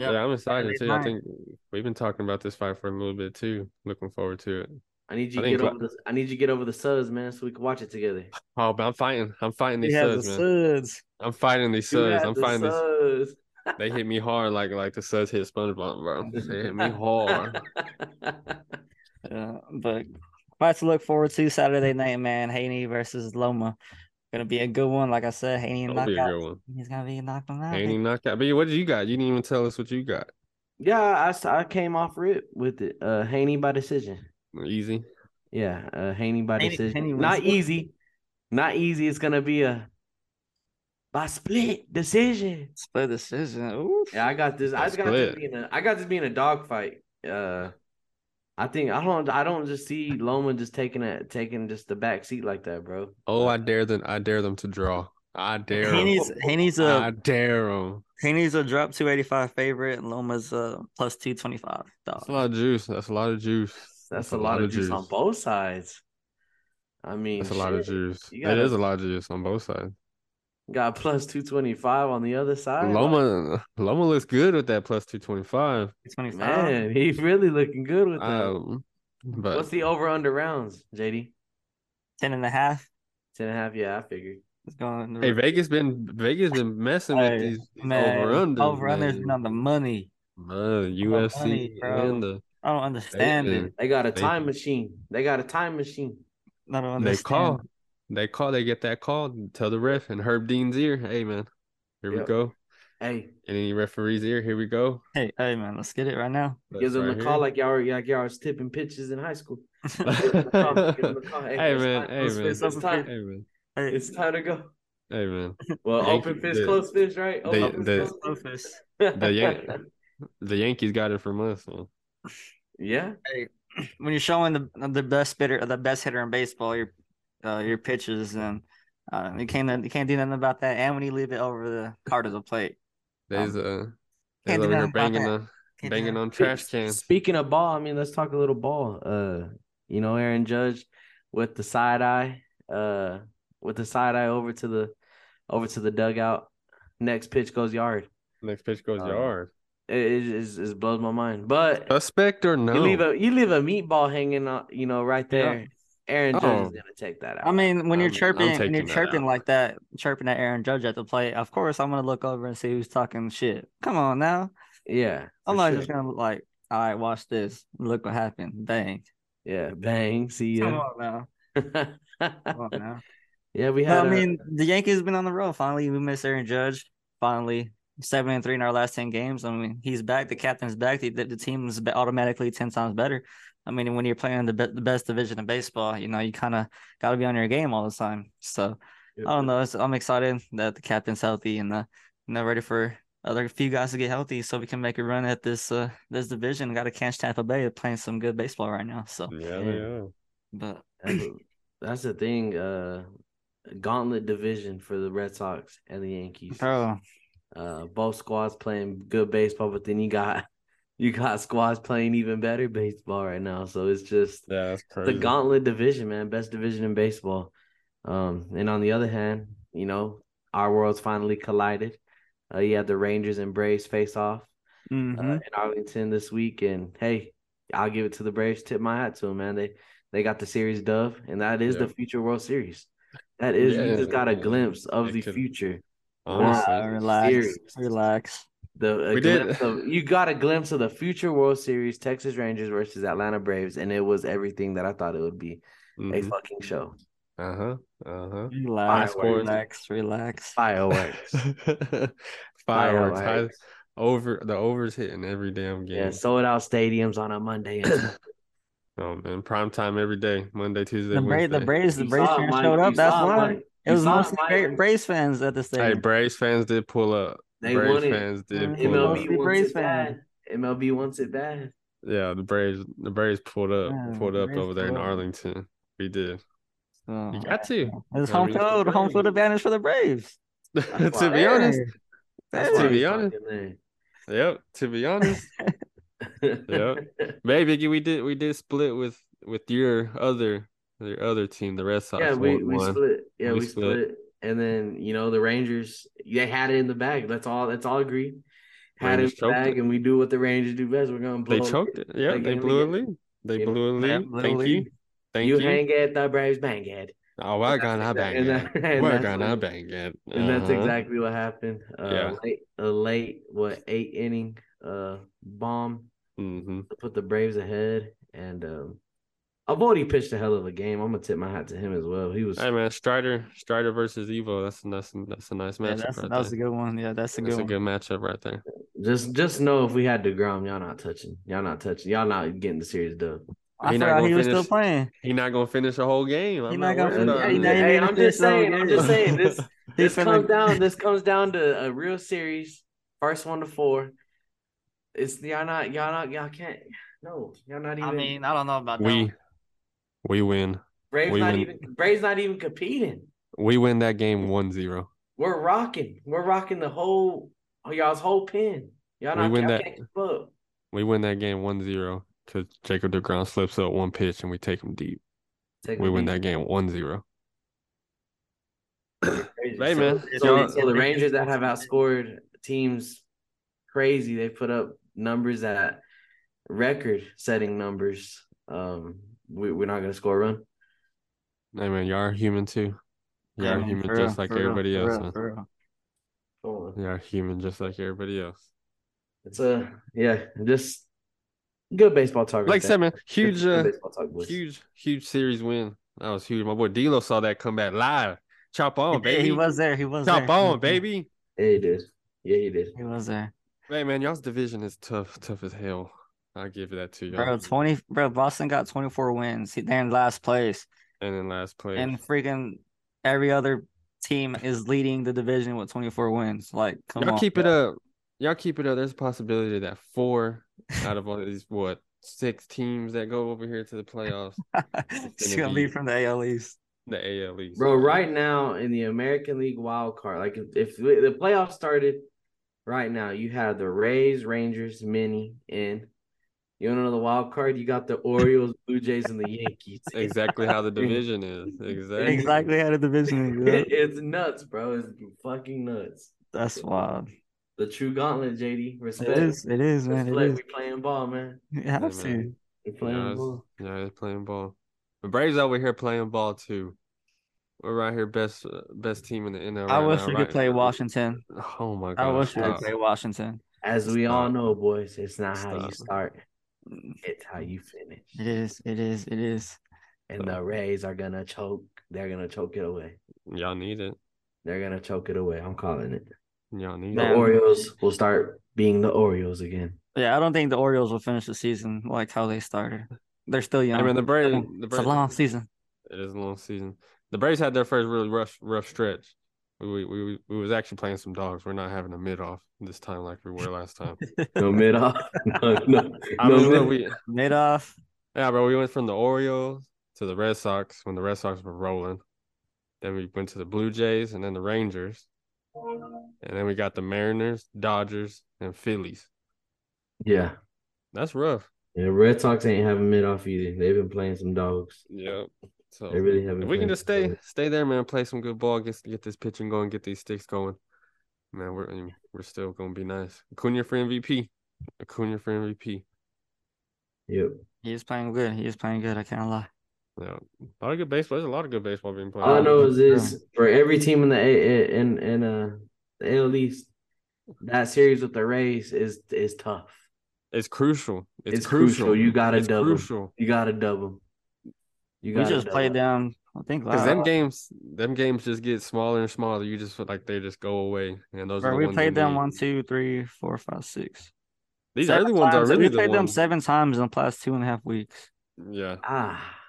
[SPEAKER 2] Yep.
[SPEAKER 4] Yeah, I'm excited
[SPEAKER 2] Saturday
[SPEAKER 4] too. I
[SPEAKER 2] night.
[SPEAKER 4] think we've been talking about this fight for a little bit too. Looking forward to it.
[SPEAKER 3] I need you to
[SPEAKER 4] I think
[SPEAKER 3] get
[SPEAKER 4] Cla-
[SPEAKER 3] over the I need you to get over the subs, man, so we can watch it together.
[SPEAKER 4] Oh, but I'm fighting. I'm fighting
[SPEAKER 2] He
[SPEAKER 4] these
[SPEAKER 2] has
[SPEAKER 4] suds,
[SPEAKER 2] the
[SPEAKER 4] man.
[SPEAKER 2] suds.
[SPEAKER 4] I'm fighting these
[SPEAKER 3] You
[SPEAKER 4] suds.
[SPEAKER 3] have
[SPEAKER 4] I'm
[SPEAKER 3] the
[SPEAKER 4] fighting these.
[SPEAKER 3] subs.
[SPEAKER 4] They hit me hard like like the suds hit SpongeBob, bro. They hit me hard.
[SPEAKER 2] Yeah, but fights to look forward to Saturday night, man. Haney versus Loma. Gonna be a good one. Like I said, Haney
[SPEAKER 4] That'll be a
[SPEAKER 2] knockout.
[SPEAKER 4] good one.
[SPEAKER 2] He's gonna be knocking him out.
[SPEAKER 4] Ain't he knockout? But what did you got? You didn't even tell us what you got.
[SPEAKER 3] yeah, I, s- I came off rip with it. Uh, Haney by decision.
[SPEAKER 4] Easy.
[SPEAKER 3] Yeah, uh, Haney by
[SPEAKER 2] Haney-
[SPEAKER 3] decision.
[SPEAKER 2] Haney wins.
[SPEAKER 3] Not easy. Not easy. It's gonna be a by split decision.
[SPEAKER 2] Split decision. Oof.
[SPEAKER 3] Yeah, I got this.
[SPEAKER 4] By
[SPEAKER 3] I got this
[SPEAKER 4] split.
[SPEAKER 3] being a I got this being a dog fight. Uh, I think I don't I don't just see Loma just taking a taking just the back seat like that, bro.
[SPEAKER 4] Oh,
[SPEAKER 3] Uh,
[SPEAKER 4] I dare them. I dare them to draw. I dare. 'em.
[SPEAKER 2] Haney's Haney's a
[SPEAKER 4] I dare them.
[SPEAKER 2] Haney's a drop two eighty five favorite, and Loma's uh plus two twenty five.
[SPEAKER 4] That's a lot of juice. That's a lot of juice.
[SPEAKER 3] That's a lot of juice on both sides. I mean,
[SPEAKER 4] That's a lot of
[SPEAKER 3] shit.
[SPEAKER 4] juice.
[SPEAKER 3] You
[SPEAKER 4] It
[SPEAKER 3] gotta-
[SPEAKER 4] is a lot of juice on both sides.
[SPEAKER 3] Got plus two twenty five on the other side.
[SPEAKER 4] Loma Loma looks good with that plus two twenty five.
[SPEAKER 2] Twenty
[SPEAKER 3] Like,
[SPEAKER 2] five.
[SPEAKER 3] man, he's really looking good with that.
[SPEAKER 4] Um, but
[SPEAKER 3] What's the over under rounds, JD?
[SPEAKER 2] Ten and a half.
[SPEAKER 3] Ten and a half. Yeah, I figured.
[SPEAKER 2] It's going.
[SPEAKER 4] Hey, Vegas been Vegas been messing with
[SPEAKER 2] Hey,
[SPEAKER 4] these, these
[SPEAKER 2] man,
[SPEAKER 4] over-unders,
[SPEAKER 2] overrunners
[SPEAKER 4] man.
[SPEAKER 2] been on the money.
[SPEAKER 4] Man, UFC
[SPEAKER 2] money, bro.
[SPEAKER 4] and the
[SPEAKER 2] I don't understand
[SPEAKER 4] been-
[SPEAKER 2] it.
[SPEAKER 3] They got a
[SPEAKER 4] They-
[SPEAKER 3] time machine. They got a time machine.
[SPEAKER 2] I don't
[SPEAKER 4] they
[SPEAKER 2] understand.
[SPEAKER 4] call, they call, they get that call, tell the ref and Herb Dean's ear, hey man, here we
[SPEAKER 3] Yep.
[SPEAKER 4] go.
[SPEAKER 3] Hey,
[SPEAKER 4] And any referee's ear, here we go.
[SPEAKER 2] Hey, hey, man, let's get it right now.
[SPEAKER 4] That's
[SPEAKER 3] give them
[SPEAKER 4] right
[SPEAKER 3] a call
[SPEAKER 4] here.
[SPEAKER 3] like y'all were like y'all was tipping pitches in high school. Give them a call. Give them a call.
[SPEAKER 4] hey
[SPEAKER 3] it's
[SPEAKER 4] man,
[SPEAKER 3] time-
[SPEAKER 4] hey man,
[SPEAKER 3] It's
[SPEAKER 4] hey
[SPEAKER 3] time.
[SPEAKER 4] man,
[SPEAKER 2] Hey,
[SPEAKER 3] It's time to go.
[SPEAKER 4] hey man.
[SPEAKER 3] Well,
[SPEAKER 4] Yankee-
[SPEAKER 3] open fist,
[SPEAKER 4] the-
[SPEAKER 3] close fist, right?
[SPEAKER 4] the-
[SPEAKER 3] Open
[SPEAKER 4] the-
[SPEAKER 3] fist, close fist.
[SPEAKER 2] Office.
[SPEAKER 4] The, Yan- the Yankees got it from us. Man.
[SPEAKER 3] yeah.
[SPEAKER 2] when you're showing the the best hitter, the best hitter in baseball, your uh, your pitches, and uh, you can't you can't do nothing about that. And when you leave it over the cart of the plate,
[SPEAKER 4] They's
[SPEAKER 3] Um,
[SPEAKER 4] uh, they's
[SPEAKER 2] can't do
[SPEAKER 4] over here
[SPEAKER 2] nothing about
[SPEAKER 4] banging on,
[SPEAKER 2] Can't do
[SPEAKER 4] banging
[SPEAKER 2] nothing.
[SPEAKER 4] on trash cans.
[SPEAKER 3] Speaking of ball, I mean, let's talk a little ball. Uh, you know, Aaron Judge with the side eye, uh, with the side eye over to the over to the dugout. Next pitch goes yard.
[SPEAKER 4] Next pitch goes
[SPEAKER 3] Um,
[SPEAKER 4] yard.
[SPEAKER 3] It, it, just- it blows my mind. But
[SPEAKER 4] Suspect or Oh, no?
[SPEAKER 3] you leave a you leave a meatball hanging, on, you know, right there. Aaron Judge
[SPEAKER 4] Oh.
[SPEAKER 3] is gonna take that out.
[SPEAKER 2] I mean, when you're
[SPEAKER 4] I'm- I'm
[SPEAKER 2] chirping, when you're
[SPEAKER 4] taking that out.
[SPEAKER 2] chirping like that, chirping at Aaron Judge at the plate, of course I'm gonna look over and see who's talking shit. Come on now,
[SPEAKER 3] yeah, for
[SPEAKER 2] I'm not
[SPEAKER 3] sure.
[SPEAKER 2] just gonna like, all right, watch this. Look what happened. Bang.
[SPEAKER 3] yeah, bang. See
[SPEAKER 2] Come
[SPEAKER 3] ya.
[SPEAKER 2] on now. Come on now.
[SPEAKER 3] yeah, we
[SPEAKER 2] But, I
[SPEAKER 3] had. a-
[SPEAKER 2] mean, the Yankees have been on the road. Finally, we missed Aaron Judge. Finally, seven and three in our last ten games. I mean, he's back. The captain's back. The, the team's be- automatically ten times better. I mean, when you're playing the, be- the best division of baseball, you know you kind of got to be on your game all the time. So I don't know. It's, I'm excited that the captain's healthy and uh, you know ready for other few guys to get healthy so we can make a run at this uh this division. Got to catch Tampa Bay. They're playing some good baseball right now. So,
[SPEAKER 4] yeah, they
[SPEAKER 3] Yeah.
[SPEAKER 4] are.
[SPEAKER 2] but
[SPEAKER 3] That's- That's the thing. Uh, gauntlet division for the Red Sox and the Yankees.
[SPEAKER 2] bro,
[SPEAKER 3] Uh, both squads playing good baseball, but then you got you got squads playing even better baseball right now. So it's just
[SPEAKER 4] Yeah, that's
[SPEAKER 3] the
[SPEAKER 4] crazy.
[SPEAKER 3] gauntlet division, man, best division in baseball. Um, and on the other hand, you know, our worlds finally collided. Uh, you had the Rangers and Braves face off uh,
[SPEAKER 4] Mm-hmm.
[SPEAKER 2] mhm.
[SPEAKER 3] in Arlington this week, and hey, I'll give it to the Braves. Tip my hat to them, man. They they got the series dove, and that is the
[SPEAKER 4] Yeah.
[SPEAKER 3] future World Series. That is you just
[SPEAKER 4] Yeah,
[SPEAKER 3] got a
[SPEAKER 4] yeah.
[SPEAKER 3] glimpse of
[SPEAKER 4] It
[SPEAKER 3] the
[SPEAKER 4] could-
[SPEAKER 3] future.
[SPEAKER 4] Honestly,
[SPEAKER 2] Uh, relax,
[SPEAKER 3] serious.
[SPEAKER 2] relax.
[SPEAKER 3] The a
[SPEAKER 4] We did-
[SPEAKER 3] glimpse of, you got a glimpse of the future World Series, Texas Rangers versus Atlanta Braves, and it was everything that I thought it would be.
[SPEAKER 4] Mm-hmm.
[SPEAKER 3] A fucking show,
[SPEAKER 4] uh huh, uh huh.
[SPEAKER 2] Relax,
[SPEAKER 4] Fireworks.
[SPEAKER 2] relax, relax.
[SPEAKER 3] fireworks.
[SPEAKER 4] Fireworks, high,
[SPEAKER 3] Fireworks.
[SPEAKER 4] over the overs hitting every damn game.
[SPEAKER 3] Yeah, sold out stadiums on a Monday. And
[SPEAKER 4] Oh man, prime time every day, Monday, Tuesday,
[SPEAKER 2] The Braves,
[SPEAKER 4] Wednesday.
[SPEAKER 2] the Braves, the
[SPEAKER 3] You
[SPEAKER 2] Braves
[SPEAKER 3] saw it,
[SPEAKER 2] fans
[SPEAKER 3] Mike.
[SPEAKER 2] showed
[SPEAKER 3] You
[SPEAKER 2] up. That's
[SPEAKER 3] saw it,
[SPEAKER 2] why
[SPEAKER 3] Mike.
[SPEAKER 2] it
[SPEAKER 3] You
[SPEAKER 2] was
[SPEAKER 3] saw it,
[SPEAKER 2] mostly
[SPEAKER 3] Mike.
[SPEAKER 2] Bra- Braves fans at the
[SPEAKER 4] Hey,
[SPEAKER 2] stadium.
[SPEAKER 4] Braves fans did pull up.
[SPEAKER 3] They
[SPEAKER 4] Braves
[SPEAKER 3] won it.
[SPEAKER 4] fans did
[SPEAKER 2] Mm,
[SPEAKER 4] pull
[SPEAKER 2] MLB.
[SPEAKER 4] up.
[SPEAKER 3] MLB wants
[SPEAKER 2] Braves
[SPEAKER 3] it bad. MLB wants it bad.
[SPEAKER 4] Yeah, the Braves, the Braves pulled up,
[SPEAKER 2] Yeah,
[SPEAKER 4] pulled
[SPEAKER 2] the
[SPEAKER 4] up
[SPEAKER 2] Braves
[SPEAKER 4] over there in
[SPEAKER 2] pulled up.
[SPEAKER 4] Arlington. We did.
[SPEAKER 2] So,
[SPEAKER 4] You got to.
[SPEAKER 2] it's
[SPEAKER 4] I
[SPEAKER 2] home
[SPEAKER 4] mean, it's the
[SPEAKER 2] field, home
[SPEAKER 4] Braves.
[SPEAKER 2] field advantage for the Braves.
[SPEAKER 4] to be
[SPEAKER 2] There.
[SPEAKER 4] honest,
[SPEAKER 3] That's
[SPEAKER 2] There.
[SPEAKER 4] To
[SPEAKER 3] why
[SPEAKER 4] be
[SPEAKER 3] he's
[SPEAKER 4] honest.
[SPEAKER 3] fucking there.
[SPEAKER 4] yep. To be honest, Maybe we did we did split with with your other your other team, the Red Sox.
[SPEAKER 3] yeah, we,
[SPEAKER 4] won-
[SPEAKER 3] we
[SPEAKER 4] won.
[SPEAKER 3] split. Yeah,
[SPEAKER 4] We
[SPEAKER 3] we,
[SPEAKER 4] split.
[SPEAKER 3] split. And then you know the Rangers, they had it in the bag. That's all. That's all agreed. Had
[SPEAKER 4] Rangers
[SPEAKER 3] it in the
[SPEAKER 4] choked
[SPEAKER 3] bag,
[SPEAKER 4] it.
[SPEAKER 3] and we do what the Rangers do best. We're gonna blow.
[SPEAKER 4] They
[SPEAKER 3] a
[SPEAKER 4] choked
[SPEAKER 3] lead.
[SPEAKER 4] it. Yeah,
[SPEAKER 3] That
[SPEAKER 4] they
[SPEAKER 3] game
[SPEAKER 4] blew a
[SPEAKER 3] again.
[SPEAKER 4] lead. They
[SPEAKER 3] Yeah.
[SPEAKER 4] blew a
[SPEAKER 2] Yeah,
[SPEAKER 4] lead.
[SPEAKER 2] blew a
[SPEAKER 4] Thank you.
[SPEAKER 2] lead.
[SPEAKER 4] Thank
[SPEAKER 3] You,
[SPEAKER 4] you.
[SPEAKER 3] hang at the Braves bang head.
[SPEAKER 4] Oh, we're gonna bang
[SPEAKER 3] And
[SPEAKER 4] it.
[SPEAKER 3] that- and
[SPEAKER 4] We're
[SPEAKER 3] that's
[SPEAKER 4] gonna
[SPEAKER 3] what-
[SPEAKER 4] bang it.
[SPEAKER 3] And that's
[SPEAKER 4] Uh-huh.
[SPEAKER 3] exactly what happened. Uh,
[SPEAKER 4] Yeah.
[SPEAKER 3] late, a late, what eight inning uh bomb
[SPEAKER 4] Mhm.
[SPEAKER 3] to put the Braves ahead, and um, Avodi pitched a hell of a game. I'm gonna tip my hat to him as well. He was
[SPEAKER 4] Hey man, Strider, Strider versus Evo. That's a nice, that's a nice
[SPEAKER 2] Yeah,
[SPEAKER 4] matchup.
[SPEAKER 2] that's,
[SPEAKER 4] right
[SPEAKER 2] that was a
[SPEAKER 4] there.
[SPEAKER 2] good one. Yeah, that's a good
[SPEAKER 4] that's a
[SPEAKER 2] one.
[SPEAKER 4] good matchup right there.
[SPEAKER 3] Just just know if we had Degrom, y'all not touching. Y'all not touching. Y'all not getting the series done.
[SPEAKER 2] I
[SPEAKER 4] He not
[SPEAKER 2] forgot
[SPEAKER 4] gonna
[SPEAKER 2] he was still
[SPEAKER 4] finish.
[SPEAKER 2] playing.
[SPEAKER 4] He not gonna finish the whole game. I'm
[SPEAKER 2] He not
[SPEAKER 4] not,
[SPEAKER 2] gonna
[SPEAKER 4] worried
[SPEAKER 2] finish-
[SPEAKER 4] about
[SPEAKER 2] Hey,
[SPEAKER 4] it.
[SPEAKER 2] now you
[SPEAKER 3] Hey,
[SPEAKER 2] made
[SPEAKER 3] I'm
[SPEAKER 2] it
[SPEAKER 3] just
[SPEAKER 2] this whole
[SPEAKER 3] saying. I'm just
[SPEAKER 2] game.
[SPEAKER 3] saying. This
[SPEAKER 2] He
[SPEAKER 3] this
[SPEAKER 2] finna-
[SPEAKER 3] comes down. This comes down to a real series. First one to four. It's y'all not y'all not y'all can't. No, y'all not even.
[SPEAKER 2] I mean, I don't know about that.
[SPEAKER 4] We,
[SPEAKER 2] one.
[SPEAKER 4] we win.
[SPEAKER 3] Braves
[SPEAKER 4] we
[SPEAKER 3] not
[SPEAKER 4] win.
[SPEAKER 3] even. Braves not even competing.
[SPEAKER 4] We win that game 1-0.
[SPEAKER 3] We're rocking. We're rocking the whole y'all's whole pin. Y'all
[SPEAKER 4] We
[SPEAKER 3] not.
[SPEAKER 4] win
[SPEAKER 3] y'all
[SPEAKER 4] that-
[SPEAKER 3] Can't keep up.
[SPEAKER 4] We win that game 1-0 because Jacob DeGrom slips up one pitch and we take him deep.
[SPEAKER 3] Take
[SPEAKER 4] We
[SPEAKER 3] the
[SPEAKER 4] win
[SPEAKER 3] lead.
[SPEAKER 4] that game 1-0.
[SPEAKER 3] Crazy. so,
[SPEAKER 4] Hey, man.
[SPEAKER 3] So,
[SPEAKER 4] Y'all-
[SPEAKER 3] so the Rangers that have outscored teams crazy. They put up numbers that record setting numbers. Um, we, we're not going to score a run.
[SPEAKER 4] Hey man, y'all are human too. You're a human just like everybody else. man.
[SPEAKER 3] Hold on.
[SPEAKER 4] You're a human just like everybody else.
[SPEAKER 3] It's a uh, yeah, just good baseball talk. right
[SPEAKER 4] Like
[SPEAKER 3] there.
[SPEAKER 4] I said, man,
[SPEAKER 3] Good-
[SPEAKER 4] huge,
[SPEAKER 3] good
[SPEAKER 4] uh,
[SPEAKER 3] baseball talk, boys.
[SPEAKER 4] huge, huge series win. That was huge. My boy D'Lo saw that come back live. Chop
[SPEAKER 3] Oh,
[SPEAKER 4] on,
[SPEAKER 2] He,
[SPEAKER 4] baby.
[SPEAKER 2] he was there. He was there.
[SPEAKER 4] Chop
[SPEAKER 2] He was
[SPEAKER 4] on,
[SPEAKER 2] there.
[SPEAKER 4] baby.
[SPEAKER 3] Yeah, he did. Yeah, he did.
[SPEAKER 2] He was there.
[SPEAKER 4] Hey, man, y'all's division is tough, tough as hell. I give that to you.
[SPEAKER 2] Bro, twenty. Bro, Boston got twenty four wins. He- They're in last place,
[SPEAKER 4] And then last place.
[SPEAKER 2] and freaking every other team is leading the division with twenty four wins. Like, come
[SPEAKER 4] y'all
[SPEAKER 2] on,
[SPEAKER 4] keep it up. Y'all keep it up. There's a possibility that four out of all these what six teams that go over here to the playoffs,
[SPEAKER 2] it's gonna be
[SPEAKER 4] be-
[SPEAKER 2] from the AL East.
[SPEAKER 4] the AL East.
[SPEAKER 3] Bro, right now in the American League wild card, like if, if the playoffs started right now, you have the Rays, Rangers, Mini, and you want to know the wild card? You got the Orioles, Blue Jays, and the Yankees.
[SPEAKER 4] Exactly how the division is. Exactly.
[SPEAKER 2] Exactly how the division is.
[SPEAKER 3] It- it's nuts, bro. It's fucking nuts.
[SPEAKER 2] That's wild.
[SPEAKER 3] The true gauntlet, JD.
[SPEAKER 2] It
[SPEAKER 3] Respect.
[SPEAKER 2] is. It is, man.
[SPEAKER 3] Respect.
[SPEAKER 2] It is.
[SPEAKER 3] We playing ball, man.
[SPEAKER 2] You have
[SPEAKER 4] man.
[SPEAKER 2] to.
[SPEAKER 3] We
[SPEAKER 4] Yeah,
[SPEAKER 3] playing ball.
[SPEAKER 4] they're playing ball. The Braves over here playing ball too. We're right here, best uh, best team in the NL.
[SPEAKER 2] I
[SPEAKER 4] right
[SPEAKER 2] wish
[SPEAKER 4] now,
[SPEAKER 2] we
[SPEAKER 4] right-
[SPEAKER 2] could play Washington.
[SPEAKER 4] Oh my god!
[SPEAKER 2] I wish we could
[SPEAKER 4] stop.
[SPEAKER 2] play Washington.
[SPEAKER 3] As we all
[SPEAKER 4] Stop.
[SPEAKER 3] know, boys, it's not how you
[SPEAKER 4] Stop.
[SPEAKER 3] start,
[SPEAKER 2] Mm.
[SPEAKER 3] it's how you finish.
[SPEAKER 2] It is. It is. It is.
[SPEAKER 3] And the Rays are gonna choke. They're gonna choke it away.
[SPEAKER 4] Y'all need it.
[SPEAKER 3] They're gonna choke it away. I'm calling it.
[SPEAKER 4] Y'all need
[SPEAKER 3] The
[SPEAKER 2] Man.
[SPEAKER 4] it.
[SPEAKER 3] Orioles will start being the Orioles again.
[SPEAKER 2] Yeah, I don't think the Orioles will finish the season like how they started. They're still young.
[SPEAKER 4] I mean, the Braves. The
[SPEAKER 2] it's a
[SPEAKER 4] Braves
[SPEAKER 2] long season.
[SPEAKER 4] It is a long season. The Braves had their first really rough rough stretch. We we we, we was actually playing some dogs. We're not having a mid off this time like we were last time.
[SPEAKER 3] No mid off. No, no,
[SPEAKER 4] I
[SPEAKER 3] no
[SPEAKER 4] mean,
[SPEAKER 3] mid-
[SPEAKER 4] we
[SPEAKER 2] Mid off.
[SPEAKER 4] yeah, bro. We went from the Orioles to the Red Sox when the Red Sox were rolling. Then we went to the Blue Jays and then the Rangers, and then we got the Mariners, Dodgers, and Phillies.
[SPEAKER 3] Yeah.
[SPEAKER 4] That's rough.
[SPEAKER 3] And the Red Sox ain't having mid off either. They've been playing some dogs.
[SPEAKER 4] Yeah. So
[SPEAKER 3] They really haven't.
[SPEAKER 4] if we
[SPEAKER 3] played
[SPEAKER 4] can just
[SPEAKER 3] some
[SPEAKER 4] stay
[SPEAKER 3] dogs.
[SPEAKER 4] stay there, man, play some good ball, get get this pitching going, get these sticks going. Man, we're I mean, we're still gonna be nice. Acuna for MVP. Acuna for MVP.
[SPEAKER 3] Yep.
[SPEAKER 2] He is playing good. He is playing good. I can't lie.
[SPEAKER 4] Yeah, a lot of good baseball. There's a lot of good baseball being played.
[SPEAKER 3] All I
[SPEAKER 2] Um,
[SPEAKER 3] know is this
[SPEAKER 2] yeah.
[SPEAKER 3] for every team in the A- A- in in uh the AL East, that series with the Rays is is tough.
[SPEAKER 4] it's crucial. It's,
[SPEAKER 3] It's
[SPEAKER 4] crucial.
[SPEAKER 3] crucial. You gotta
[SPEAKER 4] It's
[SPEAKER 3] double.
[SPEAKER 4] crucial
[SPEAKER 3] You gotta dub them. You
[SPEAKER 2] We just
[SPEAKER 3] dub
[SPEAKER 2] played
[SPEAKER 3] 'em.
[SPEAKER 2] them. I think uh,
[SPEAKER 4] because
[SPEAKER 2] last.
[SPEAKER 4] them games, them games just get smaller and smaller. You just feel like they just go away, and those.
[SPEAKER 2] Bro,
[SPEAKER 4] are the
[SPEAKER 2] we
[SPEAKER 4] ones
[SPEAKER 2] played them
[SPEAKER 4] need.
[SPEAKER 2] one, two, three, four, five, six.
[SPEAKER 4] These
[SPEAKER 2] Seven
[SPEAKER 4] early ones are
[SPEAKER 2] times-
[SPEAKER 4] really
[SPEAKER 2] We
[SPEAKER 4] the
[SPEAKER 2] played them
[SPEAKER 4] ones.
[SPEAKER 2] seven times in the past two and a half weeks.
[SPEAKER 4] Yeah,
[SPEAKER 3] Ah,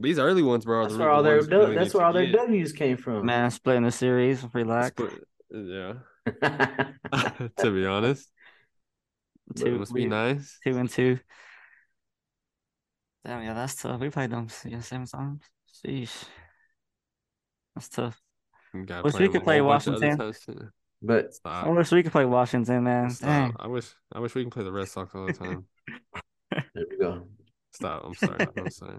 [SPEAKER 4] these early ones, bro. Are
[SPEAKER 3] that's
[SPEAKER 4] the,
[SPEAKER 3] where
[SPEAKER 4] the
[SPEAKER 3] all their
[SPEAKER 4] ones you really
[SPEAKER 3] du- that's
[SPEAKER 4] need
[SPEAKER 3] where
[SPEAKER 4] to
[SPEAKER 3] all their
[SPEAKER 4] get.
[SPEAKER 3] W's came from.
[SPEAKER 2] Man, splitting the series. Relax.
[SPEAKER 4] But- Yeah,
[SPEAKER 3] Two
[SPEAKER 4] to be honest, it
[SPEAKER 2] Two,
[SPEAKER 4] must be
[SPEAKER 2] we-
[SPEAKER 4] nice.
[SPEAKER 2] two and two. Damn, yeah, that's tough. We played them yeah, seven times. Sheesh. That's tough.
[SPEAKER 4] You gotta
[SPEAKER 2] Wish we
[SPEAKER 4] them a
[SPEAKER 2] could play
[SPEAKER 4] whole bunch of other
[SPEAKER 2] Washington.
[SPEAKER 4] times, too.
[SPEAKER 3] But
[SPEAKER 2] I
[SPEAKER 4] Stop.
[SPEAKER 2] wish we could play Washington, man.
[SPEAKER 4] Stop.
[SPEAKER 2] Dang.
[SPEAKER 4] I wish I wish we can play the Red Sox all the time.
[SPEAKER 3] there we go.
[SPEAKER 4] Stop. I'm sorry. I'm sorry.
[SPEAKER 2] Uh-huh.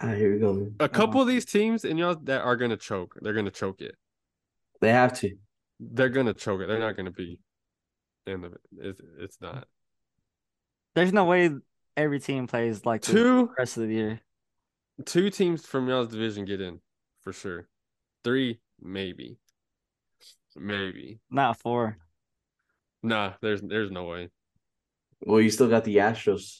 [SPEAKER 3] Ah, here we go. Man.
[SPEAKER 4] A couple of these teams in y'all that are gonna choke. They're gonna choke it.
[SPEAKER 3] They have to.
[SPEAKER 4] They're gonna choke it. They're not gonna be in the it's it's not.
[SPEAKER 2] There's no way every team plays like this the
[SPEAKER 4] Two
[SPEAKER 2] rest of the year.
[SPEAKER 4] two teams from y'all's division get in for sure. Three, maybe. Maybe.
[SPEAKER 2] Not four.
[SPEAKER 4] Nah, there's there's no way.
[SPEAKER 3] Well, you still got the Astros.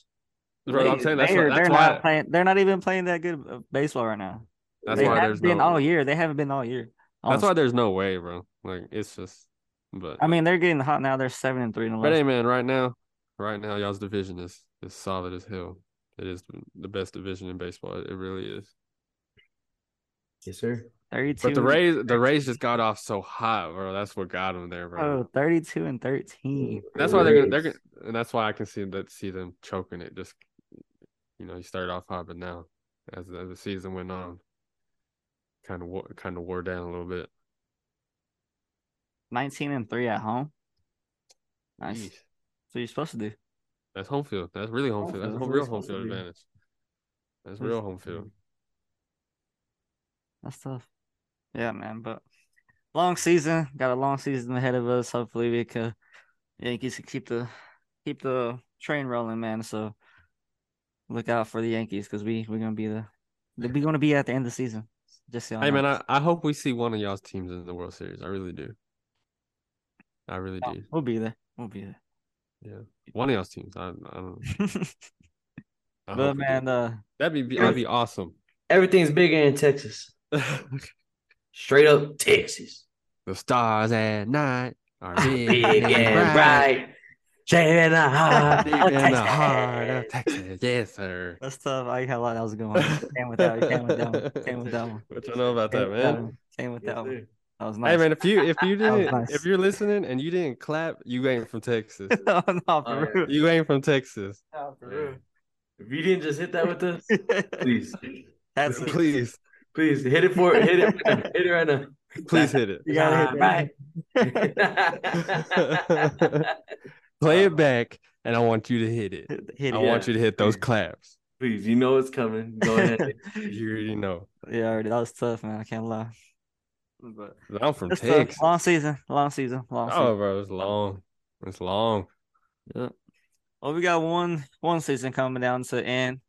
[SPEAKER 4] Bro, I'm
[SPEAKER 3] They-
[SPEAKER 4] saying that's
[SPEAKER 2] They are,
[SPEAKER 4] why,
[SPEAKER 2] they're
[SPEAKER 4] that's
[SPEAKER 2] not
[SPEAKER 4] why
[SPEAKER 2] playing. They're not even playing that good of baseball right now.
[SPEAKER 4] that's
[SPEAKER 2] they
[SPEAKER 4] why
[SPEAKER 2] haven't
[SPEAKER 4] there's
[SPEAKER 2] been
[SPEAKER 4] no
[SPEAKER 2] all year. They haven't been all year.
[SPEAKER 4] that's
[SPEAKER 2] honestly.
[SPEAKER 4] why there's no way, bro. Like it's just but
[SPEAKER 2] I mean, they're getting hot now. They're seven and three in the
[SPEAKER 4] But
[SPEAKER 2] last.
[SPEAKER 4] hey, man, right now, right now, y'all's division is is solid as hell. It is the best division in baseball. It really is.
[SPEAKER 3] Yes, sir.
[SPEAKER 2] Thirty-two.
[SPEAKER 4] But the Rays, the Rays just got off so hot, bro. That's what got them there, bro.
[SPEAKER 2] Oh, 32 and thirteen.
[SPEAKER 4] that's why they're gonna,
[SPEAKER 3] Rays.
[SPEAKER 4] they're gonna, and that's why I can see that see them choking it. Just you know, you started off hot, but now as the, as the season went on, kind of kind of wore down a little bit.
[SPEAKER 2] Nineteen and three at home. Nice.
[SPEAKER 4] Yeesh.
[SPEAKER 2] So you're supposed to do.
[SPEAKER 4] That's home field. That's really home,
[SPEAKER 2] Home
[SPEAKER 4] field.
[SPEAKER 2] field.
[SPEAKER 4] That's
[SPEAKER 2] That's what
[SPEAKER 4] real
[SPEAKER 2] it's
[SPEAKER 4] home
[SPEAKER 2] supposed to
[SPEAKER 4] field
[SPEAKER 2] be.
[SPEAKER 4] advantage. That's
[SPEAKER 2] What it's
[SPEAKER 4] real home
[SPEAKER 2] supposed to
[SPEAKER 4] field.
[SPEAKER 2] be. That's tough. Yeah, man. But long season. Got a long season ahead of us. Hopefully we could Yankees can keep the keep the train rolling, man. So look out for the Yankees because we we're gonna be the we're gonna be at the end of the season. Just so y'all
[SPEAKER 4] Hey man,
[SPEAKER 2] know.
[SPEAKER 4] I, I hope we see one of y'all's teams in the World Series. I really do. I really
[SPEAKER 2] Oh,
[SPEAKER 4] do.
[SPEAKER 2] we'll be there. We'll be there.
[SPEAKER 4] One of y'all's teams. I, I don't.
[SPEAKER 2] but
[SPEAKER 4] I hope we do.
[SPEAKER 2] man, uh,
[SPEAKER 4] that'd be that'd be awesome.
[SPEAKER 3] Everything's bigger in Texas.
[SPEAKER 4] the
[SPEAKER 3] Straight up Texas.
[SPEAKER 4] stars at night are big,
[SPEAKER 3] Big and bright. Straight in the heart
[SPEAKER 4] Deep
[SPEAKER 3] of
[SPEAKER 4] in the heart of
[SPEAKER 3] Texas.
[SPEAKER 4] Texas. Yes, sir.
[SPEAKER 2] that's tough. I had a lot. That was a good one. Came with that. one. Came with that. one. Came with that one.
[SPEAKER 4] What you know about
[SPEAKER 2] Came
[SPEAKER 4] that,
[SPEAKER 2] with that
[SPEAKER 4] man?
[SPEAKER 2] one. Came with
[SPEAKER 3] Yes,
[SPEAKER 2] that one.
[SPEAKER 3] sir.
[SPEAKER 2] That was
[SPEAKER 4] Hey
[SPEAKER 2] nice.
[SPEAKER 4] man, if you if you
[SPEAKER 2] was
[SPEAKER 4] didn't
[SPEAKER 2] nice.
[SPEAKER 4] if you're listening and you didn't clap, you ain't from Texas.
[SPEAKER 2] no, no,
[SPEAKER 3] Oh,
[SPEAKER 2] for
[SPEAKER 3] yeah.
[SPEAKER 2] real.
[SPEAKER 4] You ain't from Texas.
[SPEAKER 2] No, for
[SPEAKER 3] Yeah.
[SPEAKER 2] real.
[SPEAKER 3] If you didn't just hit that with us, please,
[SPEAKER 2] That's it.
[SPEAKER 4] please,
[SPEAKER 3] please hit it for hit it, hit it right now.
[SPEAKER 4] please hit it.
[SPEAKER 2] You gotta hit that.
[SPEAKER 3] right.
[SPEAKER 4] Play it back, and I want you to hit it.
[SPEAKER 2] Hit
[SPEAKER 4] I
[SPEAKER 2] it.
[SPEAKER 4] want you to hit those
[SPEAKER 3] Yeah.
[SPEAKER 4] claps.
[SPEAKER 3] please, you know it's coming. Go ahead.
[SPEAKER 4] You already know.
[SPEAKER 2] Yeah, already. That was tough, man. I can't lie. But
[SPEAKER 4] I'm from
[SPEAKER 2] it's
[SPEAKER 4] Texas.
[SPEAKER 2] tough. Long season. Long season. Long season.
[SPEAKER 4] Oh, bro, it's long. It's long.
[SPEAKER 2] Well, we got one one season coming down to end.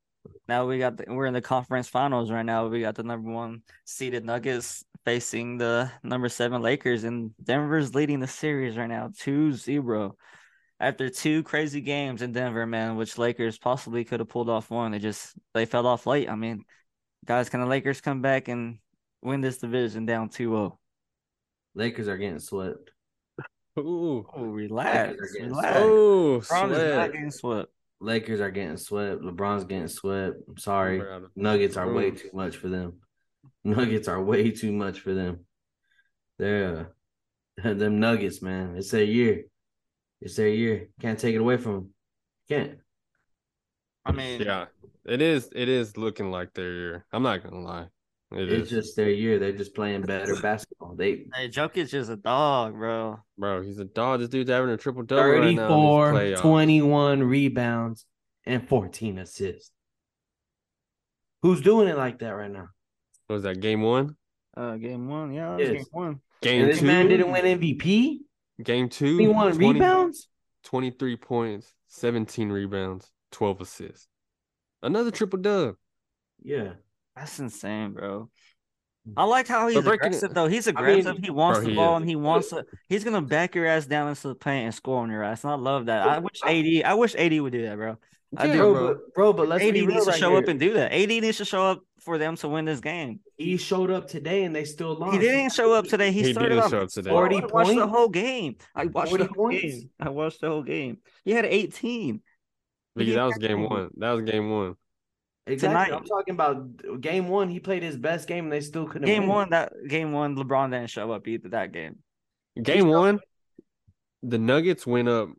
[SPEAKER 2] Now we got the, we're in the conference finals right now. We got the number one seeded Nuggets facing the number seven Lakers, and Denver's leading the series right now 2-0. After two crazy games in Denver, man, which Lakers possibly could have pulled off one. They just they fell off late. I mean, guys, can the Lakers come back and win this division down oh? 2-0?
[SPEAKER 3] Lakers are getting swept.
[SPEAKER 4] Ooh.
[SPEAKER 2] Oh, relax.
[SPEAKER 3] Lakers are getting
[SPEAKER 2] Relax.
[SPEAKER 4] Oh,
[SPEAKER 2] LeBron is not
[SPEAKER 4] sweat.
[SPEAKER 2] getting swept.
[SPEAKER 3] Lakers are getting swept. LeBron's getting swept. I'm sorry.
[SPEAKER 4] Bro,
[SPEAKER 3] Nuggets are way
[SPEAKER 4] Bruins.
[SPEAKER 3] too much for them. Nuggets are way too much for them. They're uh, them Nuggets, man. It's their year. It's their year. Can't take it away from them. Can't.
[SPEAKER 2] I mean,
[SPEAKER 4] Yeah, it is. It is looking like their year. I'm not gonna lie. It
[SPEAKER 3] it's
[SPEAKER 4] is,
[SPEAKER 3] just their year. They're just playing better basketball. They
[SPEAKER 2] Hey, Jokic is a dog, bro.
[SPEAKER 4] bro. He's a dog. This dude's having a triple double right now.
[SPEAKER 3] 34,
[SPEAKER 4] in these playoffs.
[SPEAKER 3] 21 rebounds, and 14 assists. Who's doing it like that right now?
[SPEAKER 4] What was that game one?
[SPEAKER 2] Uh, game one, yeah, that was
[SPEAKER 3] Yes.
[SPEAKER 2] game one.
[SPEAKER 4] Game
[SPEAKER 3] And this
[SPEAKER 4] two.
[SPEAKER 3] man didn't win MVP.
[SPEAKER 4] Game two.
[SPEAKER 3] 21
[SPEAKER 4] 20
[SPEAKER 3] rebounds.
[SPEAKER 4] 23 points, 17 rebounds, 12 assists. Another triple dub.
[SPEAKER 3] Yeah.
[SPEAKER 2] That's insane, bro. I like how he's
[SPEAKER 4] But breaking
[SPEAKER 2] aggressive
[SPEAKER 4] it-
[SPEAKER 2] though. He's aggressive. he wants
[SPEAKER 4] Mm. Bro,
[SPEAKER 2] the
[SPEAKER 4] he
[SPEAKER 2] ball
[SPEAKER 4] is.
[SPEAKER 2] and he wants to. He's gonna back your ass down into the paint and score on your ass. And I love that. I wish AD. I wish AD would do that, bro. I
[SPEAKER 4] Yeah,
[SPEAKER 2] do,
[SPEAKER 3] bro,
[SPEAKER 4] bro.
[SPEAKER 3] But, bro, but let's
[SPEAKER 2] AD
[SPEAKER 3] be real
[SPEAKER 2] needs to
[SPEAKER 3] right
[SPEAKER 2] show
[SPEAKER 3] here.
[SPEAKER 2] up and do that. AD needs to show up for them to win this game.
[SPEAKER 3] he showed up today and they still lost.
[SPEAKER 2] He didn't show up today. He,
[SPEAKER 4] He
[SPEAKER 2] started
[SPEAKER 4] didn't
[SPEAKER 2] off
[SPEAKER 4] show up today.
[SPEAKER 2] I
[SPEAKER 3] Already- 40
[SPEAKER 2] watched the
[SPEAKER 3] points?
[SPEAKER 2] whole game. I watched the
[SPEAKER 3] 40
[SPEAKER 2] whole
[SPEAKER 3] points?
[SPEAKER 2] game. I watched the whole game. He had 18.
[SPEAKER 4] Because
[SPEAKER 2] Yeah.
[SPEAKER 4] that was game one. That was game one.
[SPEAKER 3] Exactly. I'm
[SPEAKER 2] tonight.
[SPEAKER 3] talking about game one. He played his best game and they still couldn't.
[SPEAKER 2] Game
[SPEAKER 3] win.
[SPEAKER 2] one, that game one, LeBron didn't show up either. That game.
[SPEAKER 4] Game one, the Nuggets went up.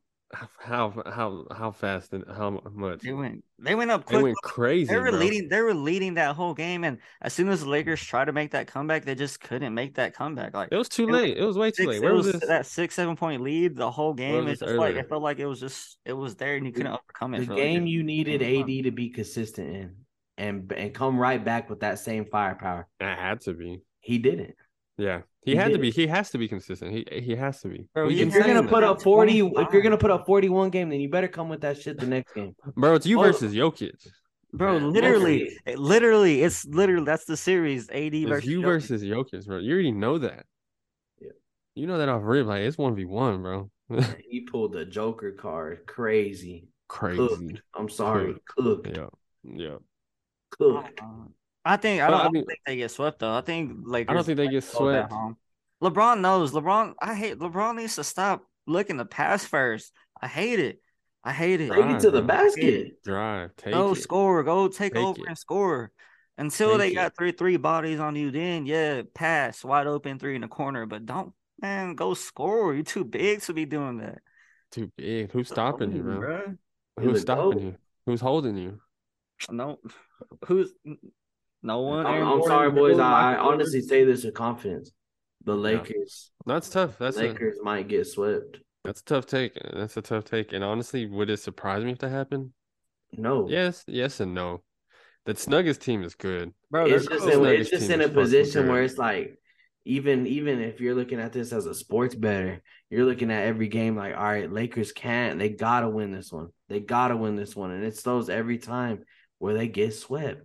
[SPEAKER 4] How how how fast and how much?
[SPEAKER 2] They went. They went up
[SPEAKER 4] They
[SPEAKER 2] quick.
[SPEAKER 4] went crazy.
[SPEAKER 2] they were
[SPEAKER 4] bro.
[SPEAKER 2] leading. They were leading that whole game, and as soon as the Lakers tried to make that comeback, they just couldn't make that comeback. Like
[SPEAKER 4] It was too
[SPEAKER 2] It was
[SPEAKER 4] late. It was way too
[SPEAKER 2] six,
[SPEAKER 4] late.
[SPEAKER 2] it
[SPEAKER 4] Where was
[SPEAKER 2] was
[SPEAKER 4] this?
[SPEAKER 2] that six, seven point lead the whole game.
[SPEAKER 4] was
[SPEAKER 2] It's
[SPEAKER 4] this
[SPEAKER 2] just like
[SPEAKER 4] earlier?
[SPEAKER 2] it felt like it was just it was there, and you couldn't overcome it.
[SPEAKER 3] The
[SPEAKER 2] for, like, a-
[SPEAKER 3] game you needed
[SPEAKER 2] Game
[SPEAKER 3] AD
[SPEAKER 2] one.
[SPEAKER 3] to be consistent in and and come right back with that same firepower.
[SPEAKER 4] It had to be.
[SPEAKER 3] He didn't.
[SPEAKER 4] Yeah, he,
[SPEAKER 3] He
[SPEAKER 4] had to
[SPEAKER 3] did.
[SPEAKER 4] be. He has to be consistent. He he has to be.
[SPEAKER 2] Bro,
[SPEAKER 4] We
[SPEAKER 2] he
[SPEAKER 4] can
[SPEAKER 3] If you're
[SPEAKER 4] say
[SPEAKER 3] gonna
[SPEAKER 4] that.
[SPEAKER 3] put up forty, if you're
[SPEAKER 2] 25.
[SPEAKER 3] gonna put up forty-one game, then you better come with that shit the next game.
[SPEAKER 4] bro, it's you
[SPEAKER 3] Well-
[SPEAKER 4] versus Jokic.
[SPEAKER 2] bro.
[SPEAKER 3] Yeah,
[SPEAKER 2] Literally,
[SPEAKER 3] mostly.
[SPEAKER 2] it- literally, it's literally that's the series. AD
[SPEAKER 4] It's
[SPEAKER 2] versus
[SPEAKER 4] you
[SPEAKER 2] Jokic.
[SPEAKER 4] versus Jokic, bro. You already know that.
[SPEAKER 3] Yeah.
[SPEAKER 4] You know that off rip. Like it's one v one, bro.
[SPEAKER 3] he pulled the Joker card, crazy.
[SPEAKER 4] Crazy.
[SPEAKER 3] I'm sorry, cooked,
[SPEAKER 4] Yeah. Yeah.
[SPEAKER 3] cooked.
[SPEAKER 2] Uh, I think I
[SPEAKER 4] But,
[SPEAKER 2] don't,
[SPEAKER 4] I
[SPEAKER 2] I don't
[SPEAKER 4] mean-
[SPEAKER 2] think they get swept though. I think like
[SPEAKER 4] I don't think they get swept.
[SPEAKER 2] um, LeBron knows. LeBron, I hate LeBron needs to stop looking to pass first. I hate it. I hate it.
[SPEAKER 3] Take it to the
[SPEAKER 4] Drive, bro.
[SPEAKER 3] basket.
[SPEAKER 4] Drive. Take
[SPEAKER 2] Go
[SPEAKER 4] it.
[SPEAKER 2] score. Go take,
[SPEAKER 4] Take
[SPEAKER 2] over
[SPEAKER 4] it.
[SPEAKER 2] and score. Until
[SPEAKER 4] Take
[SPEAKER 2] they
[SPEAKER 4] it.
[SPEAKER 2] got three three bodies on you, then yeah, pass wide open three in the corner. But don't man go score. You too big to be doing that.
[SPEAKER 4] Too big. Who's stopping you, bro?
[SPEAKER 2] Bruh.
[SPEAKER 3] You
[SPEAKER 4] Who's
[SPEAKER 3] look
[SPEAKER 4] stopping
[SPEAKER 3] dope.
[SPEAKER 4] you? Who's holding you?
[SPEAKER 2] No, who's no one.
[SPEAKER 3] I'm,
[SPEAKER 2] Aaron
[SPEAKER 3] I'm
[SPEAKER 2] Gordon,
[SPEAKER 3] sorry, boys.
[SPEAKER 2] Michael
[SPEAKER 3] I, I
[SPEAKER 2] Jordan.
[SPEAKER 3] honestly say this with confidence. The Lakers,
[SPEAKER 4] That's tough. That's a
[SPEAKER 3] Lakers might get swept.
[SPEAKER 4] that's a tough take. That's a tough take. And honestly, would it surprise me if that happened?
[SPEAKER 3] No,
[SPEAKER 4] Yes, yes, and no. That Snuggets team is good.
[SPEAKER 2] bro.
[SPEAKER 3] it's
[SPEAKER 2] they're
[SPEAKER 3] just
[SPEAKER 4] cool.
[SPEAKER 3] in,
[SPEAKER 4] Nuggets
[SPEAKER 3] it's just in
[SPEAKER 4] team is
[SPEAKER 3] a
[SPEAKER 4] fucking
[SPEAKER 3] position where
[SPEAKER 4] good.
[SPEAKER 3] it's like, even even if you're looking at this as a sports better, you're looking at every game like, all right, Lakers can't. They gotta win this one. They gotta win this one, and it's those every time where they get swept.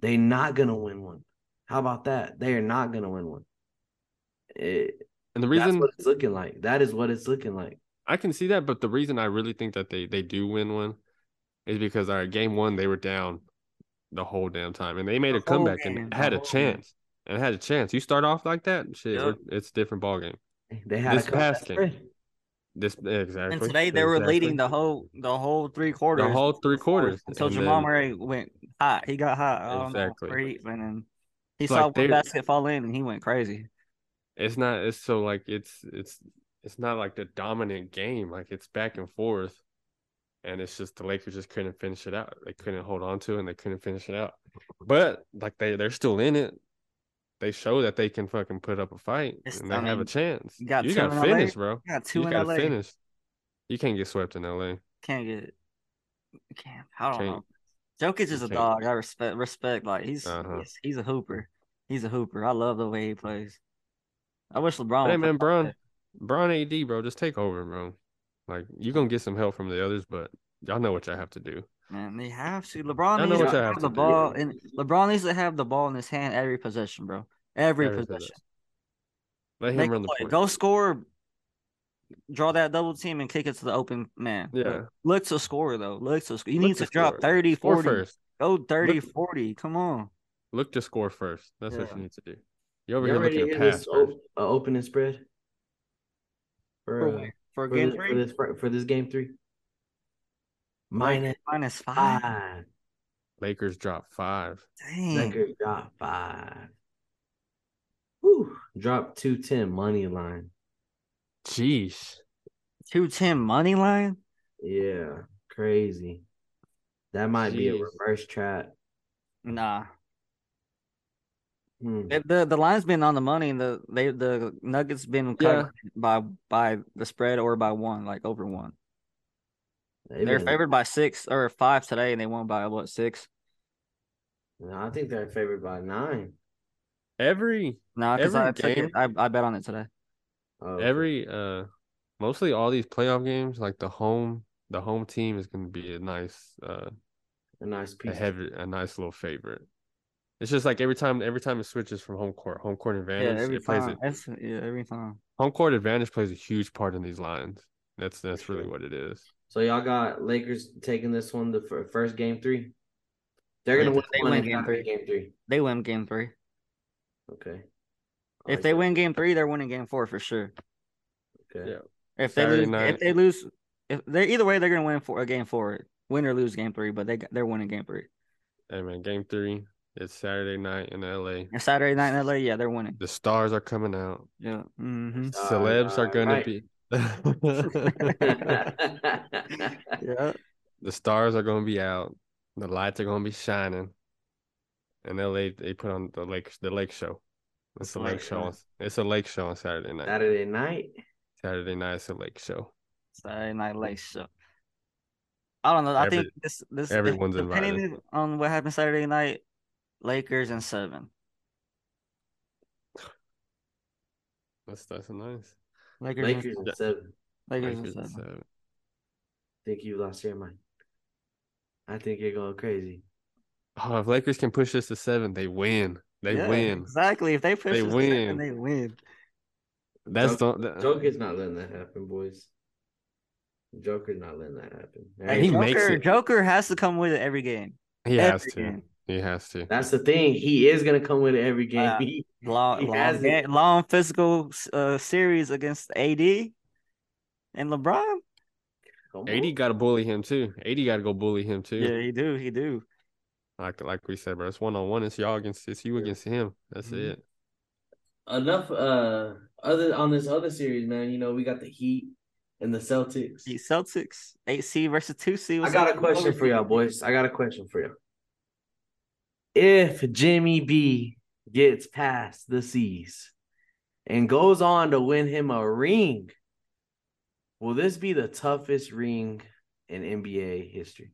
[SPEAKER 3] They not gonna win one. How about that? They are not going to win one. It,
[SPEAKER 4] And the
[SPEAKER 3] that's
[SPEAKER 4] reason
[SPEAKER 3] what it's looking like. That is what it's looking like.
[SPEAKER 4] I can see that, but the reason I really think that they they do win one is because all right, game one they were down the whole damn time, and they made
[SPEAKER 2] The
[SPEAKER 4] a
[SPEAKER 2] whole
[SPEAKER 4] comeback
[SPEAKER 2] game,
[SPEAKER 4] and
[SPEAKER 2] the
[SPEAKER 4] had a
[SPEAKER 2] whole game.
[SPEAKER 4] chance and had a chance. You start off like that, shit,
[SPEAKER 2] Yep.
[SPEAKER 4] we're- it's a different ball game.
[SPEAKER 3] They had
[SPEAKER 4] This
[SPEAKER 3] a comeback
[SPEAKER 4] past game.
[SPEAKER 3] spree.
[SPEAKER 4] This exactly.
[SPEAKER 2] And today they were leading
[SPEAKER 4] exactly.
[SPEAKER 2] the whole the whole three quarters.
[SPEAKER 4] the whole three quarters
[SPEAKER 2] until
[SPEAKER 4] and
[SPEAKER 2] Jamal
[SPEAKER 4] then-
[SPEAKER 2] Murray went hot. He got hot. I don't
[SPEAKER 4] Exactly.
[SPEAKER 2] know where he went and he
[SPEAKER 4] It's like
[SPEAKER 2] saw
[SPEAKER 4] they-
[SPEAKER 2] one basket fall in and he went crazy.
[SPEAKER 4] it's not it's so like it's it's it's not like the dominant game like it's back and forth and it's just the lakers just couldn't finish it out they couldn't hold on to it and they couldn't finish it out but like they they're still in it they show that they can fucking put up a fight
[SPEAKER 2] It's-
[SPEAKER 4] and they
[SPEAKER 2] I
[SPEAKER 4] have a
[SPEAKER 2] mean,
[SPEAKER 4] chance
[SPEAKER 2] you got
[SPEAKER 4] you
[SPEAKER 2] two
[SPEAKER 4] gotta
[SPEAKER 2] in LA,
[SPEAKER 4] finish bro
[SPEAKER 2] He got two
[SPEAKER 4] you
[SPEAKER 2] in
[SPEAKER 4] gotta
[SPEAKER 2] LA.
[SPEAKER 4] finish you can't get swept in la
[SPEAKER 2] Can't get can't I don't
[SPEAKER 4] Can't.
[SPEAKER 2] know. Jokic is
[SPEAKER 4] You
[SPEAKER 2] a
[SPEAKER 4] can't.
[SPEAKER 2] dog. I respect respect. Like he's
[SPEAKER 4] Uh-huh.
[SPEAKER 2] he's, he's a hooper. He's a hooper. I love the way he plays. I wish LeBron
[SPEAKER 4] But
[SPEAKER 2] would play
[SPEAKER 4] hey man,
[SPEAKER 2] like
[SPEAKER 4] Bron,
[SPEAKER 2] that.
[SPEAKER 4] Bron AD, bro, just take over, bro. Like you're gonna get some help from the others, but y'all know what y'all have to do.
[SPEAKER 2] Man, they have to. LeBron
[SPEAKER 4] know
[SPEAKER 2] needs
[SPEAKER 4] what
[SPEAKER 2] to
[SPEAKER 4] y'all
[SPEAKER 2] have
[SPEAKER 4] have
[SPEAKER 2] the
[SPEAKER 4] to do.
[SPEAKER 2] ball, and LeBron needs to have the ball in his hand every possession, bro. Every,
[SPEAKER 4] Every
[SPEAKER 2] possession.
[SPEAKER 4] Let him
[SPEAKER 2] Make
[SPEAKER 4] run
[SPEAKER 2] a
[SPEAKER 4] the
[SPEAKER 2] play.
[SPEAKER 4] point.
[SPEAKER 2] Go score. Draw that double team and kick it to the open man. Look-
[SPEAKER 4] Yeah.
[SPEAKER 2] Look to score, though. Look to score. You
[SPEAKER 4] Look
[SPEAKER 2] need
[SPEAKER 4] to
[SPEAKER 2] to, drop
[SPEAKER 4] score.
[SPEAKER 2] 30,
[SPEAKER 4] Score
[SPEAKER 2] 40.
[SPEAKER 4] first.
[SPEAKER 2] Go 30,
[SPEAKER 4] Look-
[SPEAKER 2] 40. Come on.
[SPEAKER 4] Look to score first. That's what
[SPEAKER 2] Yeah.
[SPEAKER 4] you need to do. You're over
[SPEAKER 3] You
[SPEAKER 4] here
[SPEAKER 3] already
[SPEAKER 4] looking
[SPEAKER 3] hear
[SPEAKER 4] at
[SPEAKER 3] this
[SPEAKER 4] pass first.
[SPEAKER 3] op- uh, opening spread for,
[SPEAKER 2] For,
[SPEAKER 3] uh,
[SPEAKER 2] what? for
[SPEAKER 3] for,
[SPEAKER 2] game
[SPEAKER 3] this, for
[SPEAKER 2] three,
[SPEAKER 3] this for this game three. Minus
[SPEAKER 2] minus five.
[SPEAKER 3] five.
[SPEAKER 4] Lakers drop five.
[SPEAKER 2] Dang.
[SPEAKER 3] Lakers drop five. Whew. Drop two ten money line.
[SPEAKER 4] Jeez.
[SPEAKER 2] 210 money line?
[SPEAKER 3] Yeah, crazy. That might be a
[SPEAKER 4] Jeez.
[SPEAKER 3] reverse trap.
[SPEAKER 2] Nah.
[SPEAKER 3] Hmm.
[SPEAKER 2] The, the the line's been on the money and the they the Nuggets been covered by by the spread or by one, like over one.
[SPEAKER 3] They've
[SPEAKER 2] They're
[SPEAKER 3] been-
[SPEAKER 2] favored by six or five today and they won by what six?
[SPEAKER 3] No, I think they're favored by nine.
[SPEAKER 4] Every
[SPEAKER 2] No, because
[SPEAKER 4] Every
[SPEAKER 2] I took
[SPEAKER 4] game-
[SPEAKER 2] it, I, I bet on it today.
[SPEAKER 3] Oh, okay.
[SPEAKER 4] every uh mostly all these playoff games, like the home the home team is gonna be a nice uh
[SPEAKER 3] a nice
[SPEAKER 4] a
[SPEAKER 3] piece.
[SPEAKER 4] heavy a nice little favorite. It's just like every time every time it switches from home court, home court
[SPEAKER 2] Yeah,
[SPEAKER 4] advantage,
[SPEAKER 2] every
[SPEAKER 4] it plays
[SPEAKER 2] time.
[SPEAKER 4] it
[SPEAKER 2] That's, yeah, every time.
[SPEAKER 4] home court advantage plays a huge part in these lines. That's that's really
[SPEAKER 3] sure.
[SPEAKER 4] what it is.
[SPEAKER 3] So y'all got Lakers taking this one the fir- first game three. They're gonna
[SPEAKER 4] They
[SPEAKER 3] win one
[SPEAKER 2] win
[SPEAKER 3] and
[SPEAKER 2] game
[SPEAKER 3] not
[SPEAKER 2] three.
[SPEAKER 3] Game three.
[SPEAKER 2] They win game three.
[SPEAKER 3] Okay. I
[SPEAKER 2] If
[SPEAKER 3] like
[SPEAKER 2] they
[SPEAKER 3] that.
[SPEAKER 2] win game three, they're winning game four for sure.
[SPEAKER 3] okay.
[SPEAKER 4] Yeah.
[SPEAKER 2] If they
[SPEAKER 4] Saturday
[SPEAKER 2] lose,
[SPEAKER 4] night.
[SPEAKER 2] if they lose, if they're either way, they're gonna win for a game four, win or lose game three. But they they're winning game three.
[SPEAKER 4] Hey man, game three. It's Saturday night in LA.
[SPEAKER 2] And Saturday night in LA, yeah, they're winning.
[SPEAKER 4] The stars are coming out.
[SPEAKER 2] Yeah. hmm
[SPEAKER 3] Stars
[SPEAKER 4] Celebs are
[SPEAKER 3] are
[SPEAKER 4] gonna
[SPEAKER 3] right.
[SPEAKER 4] be the
[SPEAKER 2] Yeah.
[SPEAKER 4] stars are gonna be out. The lights are gonna be shining. And LA they put on the lake the lake show. It's a
[SPEAKER 2] Oh
[SPEAKER 3] Lake
[SPEAKER 4] lake show.
[SPEAKER 3] show.
[SPEAKER 4] on- It's a lake show on Saturday night.
[SPEAKER 3] Saturday night.
[SPEAKER 4] Saturday night it's a lake show.
[SPEAKER 2] Saturday night late show. I don't know. I
[SPEAKER 4] Every-
[SPEAKER 2] think this this
[SPEAKER 4] everyone's
[SPEAKER 2] depending on what happened Saturday night, Lakers and seven.
[SPEAKER 4] That's that's nice.
[SPEAKER 2] Lakers, and-
[SPEAKER 3] Lakers
[SPEAKER 4] Yeah.
[SPEAKER 3] and seven.
[SPEAKER 2] Lakers,
[SPEAKER 4] Lakers,
[SPEAKER 2] and seven.
[SPEAKER 4] uh,
[SPEAKER 3] think you lost your mind. I think you're going crazy.
[SPEAKER 4] Oh, if Lakers can push this to seven, they win. They
[SPEAKER 2] Yeah,
[SPEAKER 4] win.
[SPEAKER 2] Exactly. If they push
[SPEAKER 4] They
[SPEAKER 2] this down,
[SPEAKER 4] win.
[SPEAKER 2] they win.
[SPEAKER 4] That's the,
[SPEAKER 3] Joker-
[SPEAKER 2] Uh,
[SPEAKER 4] the-
[SPEAKER 3] Joker's not letting that happen, boys. Joker's not letting that happen. There
[SPEAKER 2] Hey,
[SPEAKER 4] he
[SPEAKER 3] ain't no-
[SPEAKER 4] makes
[SPEAKER 2] Joker,
[SPEAKER 4] it.
[SPEAKER 2] Joker has to come with it every game.
[SPEAKER 4] he has
[SPEAKER 2] every
[SPEAKER 4] to.
[SPEAKER 2] game.
[SPEAKER 4] He has to.
[SPEAKER 3] That's the thing. He is gonna come with it every game.
[SPEAKER 2] Wow.
[SPEAKER 3] He-
[SPEAKER 2] Long,
[SPEAKER 3] He
[SPEAKER 2] long,
[SPEAKER 3] has it.
[SPEAKER 2] ga- long physical uh, series against AD and LeBron.
[SPEAKER 3] come
[SPEAKER 4] AD
[SPEAKER 3] on.
[SPEAKER 4] got to bully him too. AD got to go bully him too.
[SPEAKER 2] Yeah, he do, he do.
[SPEAKER 4] Like like we said, bro, it's one on one. It's y'all against it's you
[SPEAKER 3] Yeah.
[SPEAKER 4] against him. That's
[SPEAKER 2] Mm-hmm.
[SPEAKER 3] Mhm.
[SPEAKER 4] it.
[SPEAKER 3] enough. Uh, other on this other series, man. You know we got the Heat and the Celtics.
[SPEAKER 2] The Celtics, eight C versus two C.
[SPEAKER 3] I got a question for y'all, boys. I got a question for y'all. If Jimmy B gets past the seas and goes on to win him a ring, will this be the toughest ring in NBA history?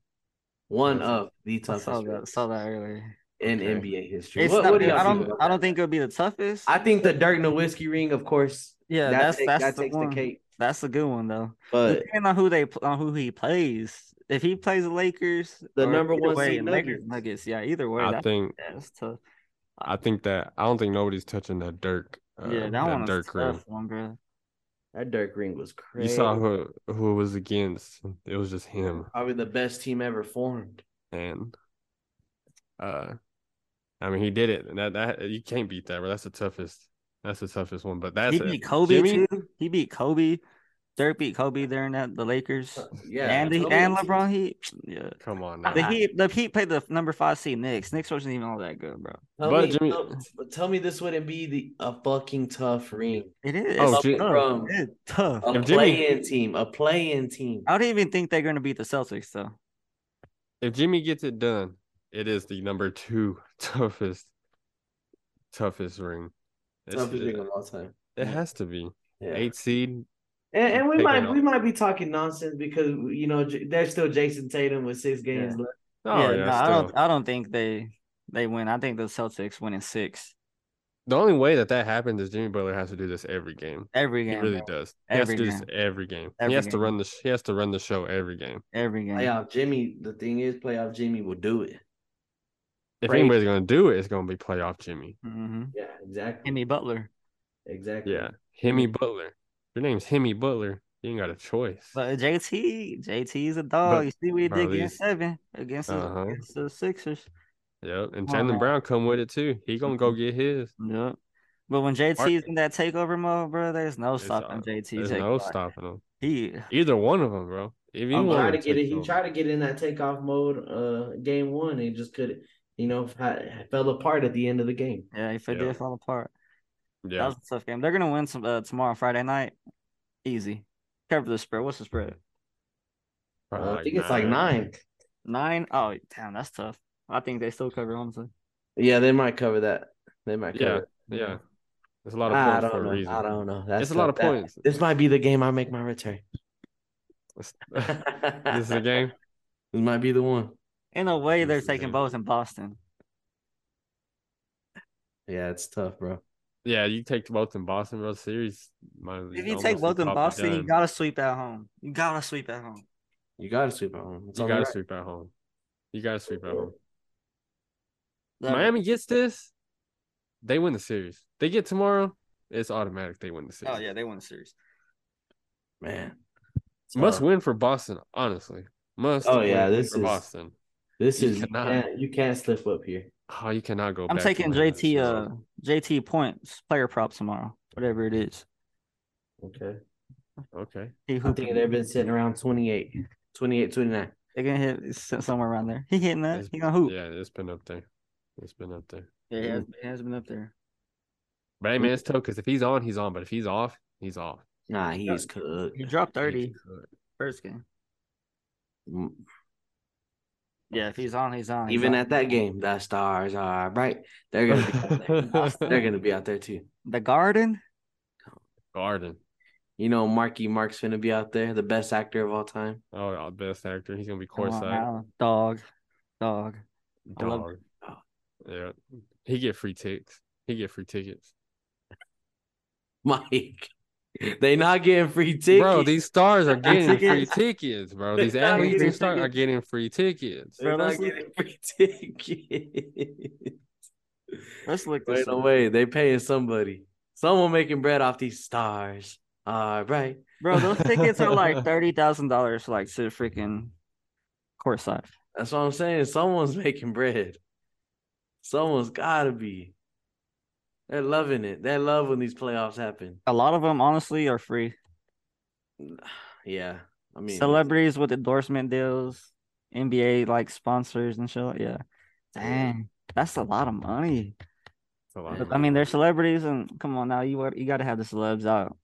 [SPEAKER 3] One
[SPEAKER 4] That's-
[SPEAKER 3] of the
[SPEAKER 2] I
[SPEAKER 3] toughest
[SPEAKER 2] saw that,
[SPEAKER 3] rings
[SPEAKER 2] saw that earlier.
[SPEAKER 3] in
[SPEAKER 4] Okay.
[SPEAKER 3] NBA history.
[SPEAKER 2] It's
[SPEAKER 3] What-
[SPEAKER 2] not,
[SPEAKER 3] what do y'all
[SPEAKER 2] I
[SPEAKER 3] think
[SPEAKER 2] don't,
[SPEAKER 3] about
[SPEAKER 2] I
[SPEAKER 3] that?
[SPEAKER 2] don't think it'll be the toughest.
[SPEAKER 3] I think the Dirk Nowitzki ring, of course.
[SPEAKER 2] yeah,
[SPEAKER 3] that
[SPEAKER 2] that's
[SPEAKER 3] take-
[SPEAKER 2] that's
[SPEAKER 3] that
[SPEAKER 2] the
[SPEAKER 3] takes
[SPEAKER 2] one.
[SPEAKER 3] the cake.
[SPEAKER 2] That's a good one though.
[SPEAKER 3] But
[SPEAKER 2] Depending on who they pl- on who he plays, if he plays the Lakers,
[SPEAKER 3] The
[SPEAKER 2] or
[SPEAKER 3] number
[SPEAKER 2] either
[SPEAKER 3] one seed
[SPEAKER 2] Lakers,
[SPEAKER 3] Nuggets.
[SPEAKER 2] Nuggets, yeah, either way,
[SPEAKER 4] I
[SPEAKER 2] that-
[SPEAKER 4] think
[SPEAKER 2] that's tough.
[SPEAKER 4] I think that I don't think nobody's touching that Dirk. Uh,
[SPEAKER 2] yeah, that, one was tough one, bro.
[SPEAKER 3] That Dirk ring was
[SPEAKER 4] You
[SPEAKER 3] crazy.
[SPEAKER 4] saw who who it was against. It was just him.
[SPEAKER 3] probably the best team ever formed.
[SPEAKER 4] and uh I mean he did it. And that that you can't beat that, bro. That's the toughest. That's the toughest one. But that's
[SPEAKER 2] He
[SPEAKER 4] it.
[SPEAKER 2] beat Kobe
[SPEAKER 4] Jimmy-
[SPEAKER 2] too. He beat Kobe. Dirk beat Kobe during that the Lakers.
[SPEAKER 3] Yeah,
[SPEAKER 2] and the,
[SPEAKER 3] Kobe-
[SPEAKER 2] and LeBron Heat. Yeah.
[SPEAKER 4] Come on
[SPEAKER 2] The
[SPEAKER 4] now.
[SPEAKER 2] Heat the Heat played the number five seed Knicks. Knicks wasn't even all that good, bro.
[SPEAKER 3] Tell
[SPEAKER 4] But
[SPEAKER 3] me,
[SPEAKER 4] Jimmy-
[SPEAKER 3] tell, tell me this wouldn't be the a fucking tough ring.
[SPEAKER 2] It is
[SPEAKER 4] Oh,
[SPEAKER 2] tough.
[SPEAKER 4] Jim-
[SPEAKER 3] From-
[SPEAKER 2] It's tough.
[SPEAKER 3] A
[SPEAKER 4] If Jimmy-
[SPEAKER 3] play-in team, a play-in team.
[SPEAKER 2] I don't even think they're gonna beat the Celtics though.
[SPEAKER 4] If Jimmy gets it done, it is the number two toughest toughest ring. It's-
[SPEAKER 3] Toughest
[SPEAKER 4] it,
[SPEAKER 3] ring of all time.
[SPEAKER 4] it has to be.
[SPEAKER 3] Yeah.
[SPEAKER 4] Eight seed.
[SPEAKER 3] And, and we
[SPEAKER 4] Figure it
[SPEAKER 3] might
[SPEAKER 4] out.
[SPEAKER 3] we might be talking nonsense because you know J- there's still Jason Tatum with six games left.
[SPEAKER 4] Oh yeah,
[SPEAKER 2] no, I
[SPEAKER 4] still.
[SPEAKER 2] don't I don't think they they win. I think the Celtics win in six.
[SPEAKER 4] The only way that that happens is Jimmy Butler has to do this every game.
[SPEAKER 2] Every game.
[SPEAKER 4] he really
[SPEAKER 2] bro.
[SPEAKER 4] does. He has to
[SPEAKER 2] Every
[SPEAKER 4] do this
[SPEAKER 2] game.
[SPEAKER 4] every game.
[SPEAKER 2] Every
[SPEAKER 4] he has to
[SPEAKER 2] game.
[SPEAKER 4] run the sh- he has to run the show every game.
[SPEAKER 2] Every game.
[SPEAKER 3] Playoff Jimmy. The thing is, playoff Jimmy will do it.
[SPEAKER 4] If
[SPEAKER 3] Right.
[SPEAKER 4] anybody's gonna do it, it's gonna be playoff Jimmy.
[SPEAKER 2] Mm-hmm.
[SPEAKER 3] Yeah, exactly.
[SPEAKER 2] Jimmy Butler.
[SPEAKER 3] Exactly.
[SPEAKER 4] Yeah, Hemi Butler. Your name's Hemi Butler. You ain't got a choice.
[SPEAKER 2] But JT, JT's a dog.
[SPEAKER 4] But-
[SPEAKER 2] you see what he
[SPEAKER 4] bro,
[SPEAKER 2] did against
[SPEAKER 4] these-
[SPEAKER 2] seven against, the-
[SPEAKER 4] Uh-huh.
[SPEAKER 2] against the Sixers.
[SPEAKER 4] yep, and
[SPEAKER 2] Come on,
[SPEAKER 4] Jalen
[SPEAKER 2] man.
[SPEAKER 4] Brown come with it too. He gonna go get his.
[SPEAKER 2] Yep. But when JT's in that takeover mode, bro, there's no
[SPEAKER 4] It's
[SPEAKER 2] stopping
[SPEAKER 4] all-
[SPEAKER 2] JT.
[SPEAKER 4] There's
[SPEAKER 2] take
[SPEAKER 4] no
[SPEAKER 2] flight.
[SPEAKER 4] stopping him.
[SPEAKER 2] He
[SPEAKER 4] Either one of them, bro. If you
[SPEAKER 3] He
[SPEAKER 4] want
[SPEAKER 3] tried to get it. He tried to get in that takeoff mode, uh, game one, and just couldn't. You know, fa- fell apart at the end of the game.
[SPEAKER 2] yeah, if it
[SPEAKER 4] Yep.
[SPEAKER 2] did fall apart, that
[SPEAKER 4] Yeah,
[SPEAKER 2] was a tough game. They're gonna win some uh, tomorrow, Friday night, easy. Cover the spread. What's the spread?
[SPEAKER 4] probably
[SPEAKER 3] Uh, I think it's like nine.
[SPEAKER 2] Nine. Oh, damn, that's tough. I think they still cover Honestly,
[SPEAKER 3] Yeah, they might cover that. They might cover.
[SPEAKER 4] Yeah,
[SPEAKER 3] it.
[SPEAKER 4] yeah. It's a lot
[SPEAKER 3] I
[SPEAKER 4] of points
[SPEAKER 3] don't
[SPEAKER 4] for a
[SPEAKER 3] know.
[SPEAKER 4] reason.
[SPEAKER 3] I don't know. That's
[SPEAKER 4] It's a lot of
[SPEAKER 3] that-
[SPEAKER 4] points.
[SPEAKER 3] This might be the game I make my return.
[SPEAKER 4] this is a game.
[SPEAKER 3] This might be the one.
[SPEAKER 2] in a way, they're
[SPEAKER 4] This is
[SPEAKER 2] taking
[SPEAKER 4] it.
[SPEAKER 2] both in Boston.
[SPEAKER 3] Yeah, it's tough, bro.
[SPEAKER 4] Yeah, you take both in Boston World Series. might as
[SPEAKER 2] If you
[SPEAKER 4] almost
[SPEAKER 2] take both in
[SPEAKER 4] top the
[SPEAKER 2] Boston, you
[SPEAKER 4] gun.
[SPEAKER 2] gotta sweep at home. You gotta sweep at home.
[SPEAKER 3] You gotta sweep at home. It's
[SPEAKER 4] you
[SPEAKER 3] only
[SPEAKER 4] gotta
[SPEAKER 3] right.
[SPEAKER 4] sweep at home. You gotta sweep at home.
[SPEAKER 2] That-
[SPEAKER 4] Miami gets this, they win the series. They get tomorrow, it's automatic. They win the series.
[SPEAKER 2] Oh yeah, they won the series.
[SPEAKER 3] man. It's
[SPEAKER 4] Must
[SPEAKER 3] tough.
[SPEAKER 4] win for Boston, honestly. Must.
[SPEAKER 3] Oh, yeah,
[SPEAKER 4] win
[SPEAKER 3] this
[SPEAKER 4] for
[SPEAKER 3] is-
[SPEAKER 4] Boston.
[SPEAKER 3] This
[SPEAKER 4] You
[SPEAKER 3] is you
[SPEAKER 4] cannot.
[SPEAKER 3] can't, you can't slip up here.
[SPEAKER 4] Oh, you cannot go.
[SPEAKER 2] I'm
[SPEAKER 4] back
[SPEAKER 2] taking
[SPEAKER 4] and win
[SPEAKER 2] JT
[SPEAKER 4] this
[SPEAKER 2] uh
[SPEAKER 4] series.
[SPEAKER 2] JT points player prop tomorrow, whatever it is.
[SPEAKER 3] Okay.
[SPEAKER 4] Okay.
[SPEAKER 2] He
[SPEAKER 3] I
[SPEAKER 2] who
[SPEAKER 3] think they've been sitting around 28, 28, 29.
[SPEAKER 2] they're gonna hit s- somewhere around there. He hitting that.
[SPEAKER 4] It's-
[SPEAKER 2] He gonna hoop.
[SPEAKER 4] Yeah, it's been up there. It's been up there.
[SPEAKER 2] Yeah, he has, he has been up there.
[SPEAKER 4] But hey, man, it's tough because if he's on, he's on. But if he's off, he's off.
[SPEAKER 3] Nah, he is cooked.
[SPEAKER 2] He dropped
[SPEAKER 4] He's
[SPEAKER 2] 30
[SPEAKER 4] cooked.
[SPEAKER 2] first game.
[SPEAKER 3] Mm.
[SPEAKER 2] Yeah, if he's on, he's on. he's
[SPEAKER 3] Even
[SPEAKER 2] on.
[SPEAKER 3] at that game, the stars are bright. They're gonna be out there. They're gonna be out there too.
[SPEAKER 2] the Garden,
[SPEAKER 4] Garden.
[SPEAKER 3] You know, Marky Mark's gonna be out there, the best actor of all time.
[SPEAKER 4] Oh, our best actor. He's gonna be
[SPEAKER 2] come on
[SPEAKER 4] courtside.
[SPEAKER 2] now, dog, dog. I love-
[SPEAKER 4] Dog. Yeah. He get free tickets. He get free tickets.
[SPEAKER 3] Mike. They not getting free tickets.
[SPEAKER 4] Bro, these stars are
[SPEAKER 2] Free
[SPEAKER 4] getting free tickets, bro.
[SPEAKER 3] They're
[SPEAKER 4] These
[SPEAKER 3] not
[SPEAKER 4] athletes
[SPEAKER 3] getting
[SPEAKER 4] and stars are
[SPEAKER 3] tickets.
[SPEAKER 4] getting free tickets.
[SPEAKER 2] Bro,
[SPEAKER 3] They're not
[SPEAKER 2] let's look-
[SPEAKER 3] getting free tickets.
[SPEAKER 2] Let's look
[SPEAKER 3] Wait
[SPEAKER 2] this
[SPEAKER 3] no
[SPEAKER 2] up.
[SPEAKER 3] way, they paying somebody. Someone making bread off these stars. All right.
[SPEAKER 2] Bro, those tickets are like thirty thousand dollars, like to freaking courtside.
[SPEAKER 3] That's what I'm saying. Someone's making bread. Someone's gotta be. They're loving it. They love when these playoffs happen.
[SPEAKER 2] A lot of them, honestly, are free.
[SPEAKER 3] Yeah. I mean
[SPEAKER 2] Celebrities with endorsement deals, NBA like sponsors and shit. like- Yeah, dang, that's a lot of money.
[SPEAKER 4] It's a lot
[SPEAKER 3] But,
[SPEAKER 4] of
[SPEAKER 2] I mean,
[SPEAKER 4] money.
[SPEAKER 2] they're celebrities, and come on now, you wa- you got to have the celebs out.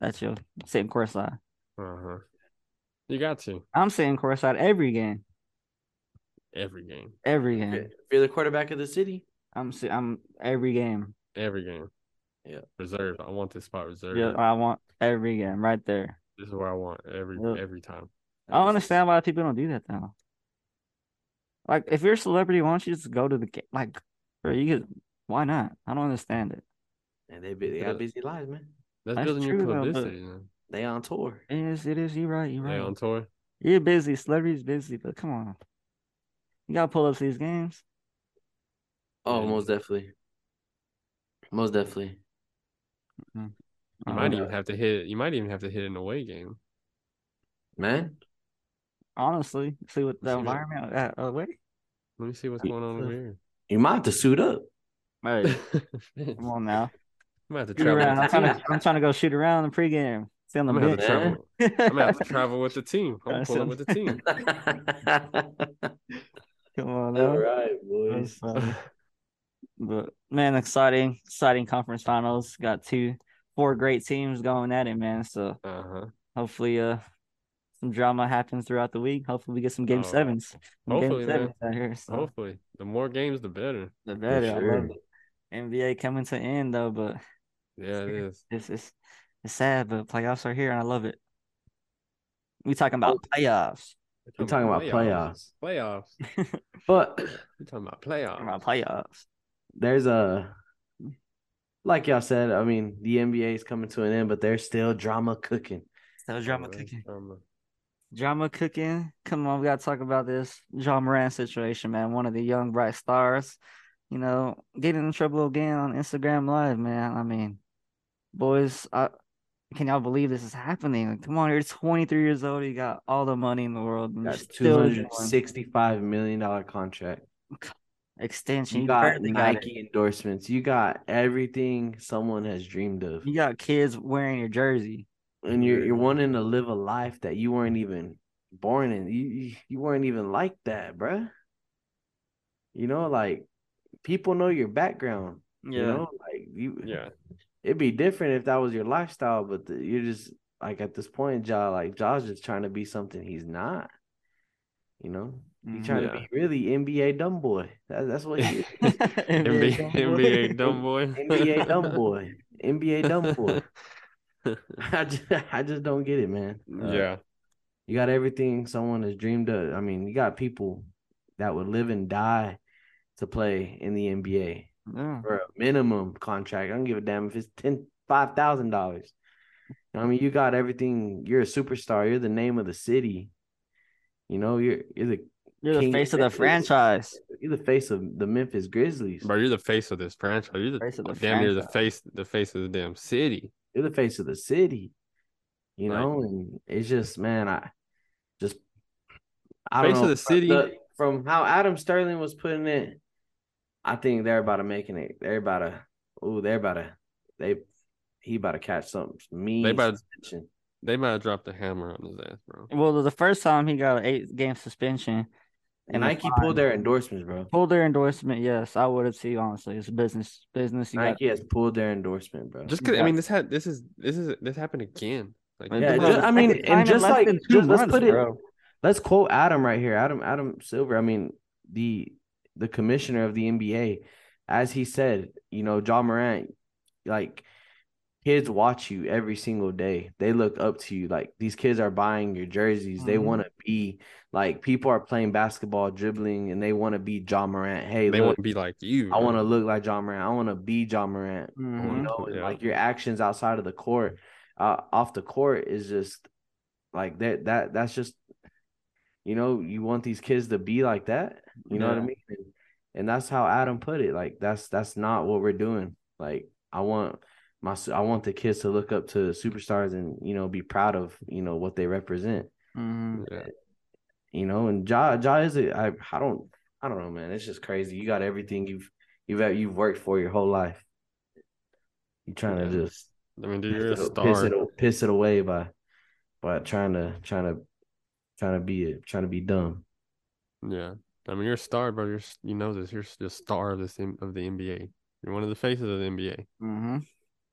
[SPEAKER 2] That's your sitting courtside.
[SPEAKER 4] Uh-huh. You got to
[SPEAKER 2] I'm sitting courtside every game,
[SPEAKER 4] every game,
[SPEAKER 2] every
[SPEAKER 3] if
[SPEAKER 2] game.
[SPEAKER 3] you're- if you're the quarterback of the city,
[SPEAKER 2] I'm si- I'm every game.
[SPEAKER 4] every game.
[SPEAKER 3] Yeah.
[SPEAKER 4] reserved. I want this spot reserved.
[SPEAKER 2] Yeah, I want every game right there.
[SPEAKER 4] This is where I want every
[SPEAKER 2] Yeah.
[SPEAKER 4] every time.
[SPEAKER 2] I don't understand why people don't do that though. Like, if you're a celebrity, why don't you just go to the game? Like, bro, you could. Why not? I don't understand it.
[SPEAKER 3] and they be they got busy lives, man.
[SPEAKER 4] That's,
[SPEAKER 2] That's
[SPEAKER 4] building your
[SPEAKER 2] true, though, but-
[SPEAKER 4] publicity. man.
[SPEAKER 3] They on tour.
[SPEAKER 2] It is. It is. You're right. You're
[SPEAKER 4] They
[SPEAKER 2] right.
[SPEAKER 4] on tour.
[SPEAKER 2] You're busy. Celebrities busy, but come on. You gotta pull up to these games.
[SPEAKER 3] Oh,
[SPEAKER 4] Yeah.
[SPEAKER 3] most definitely. Most definitely.
[SPEAKER 2] I
[SPEAKER 4] You
[SPEAKER 2] don't
[SPEAKER 4] might
[SPEAKER 2] know.
[SPEAKER 4] even have to hit. You might even have to hit an away game.
[SPEAKER 3] Man,
[SPEAKER 2] honestly see what the
[SPEAKER 4] See what-
[SPEAKER 2] environment. Uh, oh wait,
[SPEAKER 4] Let me see what's going on over here.
[SPEAKER 3] you might have to suit up.
[SPEAKER 2] hey, come
[SPEAKER 4] I
[SPEAKER 2] on now.
[SPEAKER 4] might have to
[SPEAKER 2] Shoot
[SPEAKER 4] travel.
[SPEAKER 2] around. I'm
[SPEAKER 4] with the
[SPEAKER 2] trying
[SPEAKER 4] team.
[SPEAKER 2] to, I'm trying to go shoot around in pregame. See on the
[SPEAKER 4] I'm gonna have to
[SPEAKER 2] bench.
[SPEAKER 3] man.
[SPEAKER 4] travel. I'm gonna have to travel with the team. I'm
[SPEAKER 2] Gotta
[SPEAKER 4] pulling
[SPEAKER 2] send-
[SPEAKER 4] with the team.
[SPEAKER 2] Come on now.
[SPEAKER 3] All right, boys.
[SPEAKER 2] That's
[SPEAKER 4] Uh-huh.
[SPEAKER 2] funny. But man, exciting, exciting conference finals. Got two, four great teams going at it, man. So
[SPEAKER 4] Uh huh.
[SPEAKER 2] hopefully, uh, some drama happens throughout the week. Hopefully, we get some game
[SPEAKER 4] Oh,
[SPEAKER 2] sevens. Some
[SPEAKER 4] hopefully,
[SPEAKER 2] game
[SPEAKER 4] man.
[SPEAKER 2] sevens out here. So
[SPEAKER 4] Hopefully, the more games, the better.
[SPEAKER 2] the
[SPEAKER 3] For
[SPEAKER 2] better. I
[SPEAKER 3] sure.
[SPEAKER 2] love it. NBA coming to end though, but
[SPEAKER 4] Yeah, it is.
[SPEAKER 2] it's it's it's sad, but playoffs are here, and I love it. We talking about playoffs.
[SPEAKER 4] We're
[SPEAKER 3] talking about
[SPEAKER 4] Playoffs. Playoffs.
[SPEAKER 3] But
[SPEAKER 4] We're talking about
[SPEAKER 2] Talking
[SPEAKER 4] playoffs.
[SPEAKER 2] about playoffs.
[SPEAKER 3] there's a like y'all said, I mean, the NBA is coming to an end, but there's still drama cooking.
[SPEAKER 2] So drama
[SPEAKER 4] Always
[SPEAKER 2] cooking.
[SPEAKER 4] drama.
[SPEAKER 2] Drama cooking. Come on, we gotta talk about this John Moran situation, man. One of the young bright stars, you know, getting in trouble again on Instagram Live, man. I mean, boys, I, can y'all believe this is happening? Like, come on, you're 23 years old. You got all the money in the world. And you're
[SPEAKER 3] Got
[SPEAKER 2] still
[SPEAKER 3] two
[SPEAKER 2] doing
[SPEAKER 3] hundred sixty-five million dollar contract.
[SPEAKER 2] extension.
[SPEAKER 3] You
[SPEAKER 2] You
[SPEAKER 3] got
[SPEAKER 2] barely got it.
[SPEAKER 3] Nike endorsements. You got everything someone has dreamed of,
[SPEAKER 2] You got kids wearing your jersey.
[SPEAKER 3] and you're you're wanting to live a life that you weren't even born in. You you- you weren't even like that, bruh. You know, like people know your background. You know, like you.
[SPEAKER 4] Yeah.
[SPEAKER 3] it'd be different if that was your lifestyle, but the, you're just like at this point, Ja, like Ja's just trying to be something he's not. You know, he's
[SPEAKER 2] Mhm.
[SPEAKER 3] trying
[SPEAKER 4] Mm-hmm. Yeah.
[SPEAKER 3] to be really NBA dumb boy. That, that's what he is.
[SPEAKER 2] NBA
[SPEAKER 4] NBA, NBA
[SPEAKER 2] Youngboy.
[SPEAKER 4] dumb boy.
[SPEAKER 3] NBA dumb boy. NBA dumb boy. I just, I just don't get it, man. Uh,
[SPEAKER 4] yeah.
[SPEAKER 3] you got everything someone has dreamed of. I mean, you got people that would live and die to play in the NBA
[SPEAKER 2] Yeah.
[SPEAKER 3] for a minimum contract. I don't give a damn if it's ten five thousand dollars. I mean, you got everything. You're a superstar. You're the name of the city. You know, you're you're the
[SPEAKER 2] You're the
[SPEAKER 3] King-
[SPEAKER 2] face of the franchise.
[SPEAKER 3] you're the face of the Memphis Grizzlies.
[SPEAKER 4] Bro, you're the face of this franchise. You're the,
[SPEAKER 2] Face of the
[SPEAKER 4] damn near the
[SPEAKER 2] franchise.
[SPEAKER 4] face the face of the damn city.
[SPEAKER 3] You're the face of the city. You
[SPEAKER 4] Right.
[SPEAKER 3] know, and it's just man, I just I don't
[SPEAKER 4] Face of
[SPEAKER 3] know,
[SPEAKER 4] the
[SPEAKER 3] from
[SPEAKER 4] city.
[SPEAKER 3] from how Adam Sterling was putting it. I think they're about to making it. They're about to. Oh, they're about to. They he about to catch something mean.
[SPEAKER 4] They about-
[SPEAKER 3] suspension.
[SPEAKER 4] They might have dropped the hammer on his ass, bro.
[SPEAKER 2] Well, the first time he got an eight game suspension
[SPEAKER 3] And
[SPEAKER 2] a
[SPEAKER 3] Nike
[SPEAKER 2] fine.
[SPEAKER 3] pulled their endorsements, bro.
[SPEAKER 2] pulled their endorsement. Yes, I would have too. Honestly, it's business. Business. You got,
[SPEAKER 3] Nike has pulled their endorsement, bro.
[SPEAKER 4] Just 'cause-
[SPEAKER 2] Yeah.
[SPEAKER 4] I mean this had this is this is this happened again. Like
[SPEAKER 2] Man,
[SPEAKER 3] yeah,
[SPEAKER 2] this is
[SPEAKER 4] come on.
[SPEAKER 3] just,
[SPEAKER 2] the
[SPEAKER 3] I mean,
[SPEAKER 2] second time in
[SPEAKER 3] and just
[SPEAKER 2] less
[SPEAKER 3] like,
[SPEAKER 2] than two
[SPEAKER 3] just, let's
[SPEAKER 2] months,
[SPEAKER 3] put it,
[SPEAKER 2] bro.
[SPEAKER 3] let's quote Adam right here, Adam, Adam Silver. I mean, the the commissioner of the NBA, as he said, you know, John Morant, like kids watch you every single day. They look up to you. Like these kids are buying your jerseys. They
[SPEAKER 4] Mm-hmm.
[SPEAKER 2] Mhm.
[SPEAKER 3] want to be like people are playing basketball, dribbling, and they want to be John Morant. Hey,
[SPEAKER 4] they
[SPEAKER 3] look,
[SPEAKER 4] want to be like you.
[SPEAKER 3] I
[SPEAKER 4] bro.
[SPEAKER 3] want to look like John Morant. I want to be John Morant.
[SPEAKER 2] Mhm.
[SPEAKER 3] you know, and,
[SPEAKER 4] Mm-hmm. Yeah.
[SPEAKER 3] like your actions outside of the court, uh, off the court is just like that. That that's just, you know, you want these kids to be like that. You know what I
[SPEAKER 2] Yeah.
[SPEAKER 3] mean? And, and that's how Adam put it. Like that's that's not what we're doing. Like I want my s- I want the kids to look up to superstars and you know be proud of you know what they represent.
[SPEAKER 2] Mhm.
[SPEAKER 4] Yeah.
[SPEAKER 3] You know, and Ja Ja is a I I don't I don't know, man. It's just crazy. You got everything you've you've you've worked for your whole life. You trying to
[SPEAKER 4] Yeah.
[SPEAKER 3] just
[SPEAKER 4] I mean, dude,
[SPEAKER 3] piss
[SPEAKER 4] you're a
[SPEAKER 3] it, piss
[SPEAKER 4] star.
[SPEAKER 3] it piss it away by by trying to trying to trying to be it trying to be dumb.
[SPEAKER 4] Yeah. I mean, you're a star, bro. You're s- you know this. You're s- the star of this M- of the NBA. You're one of the faces of the NBA.
[SPEAKER 2] Mhm.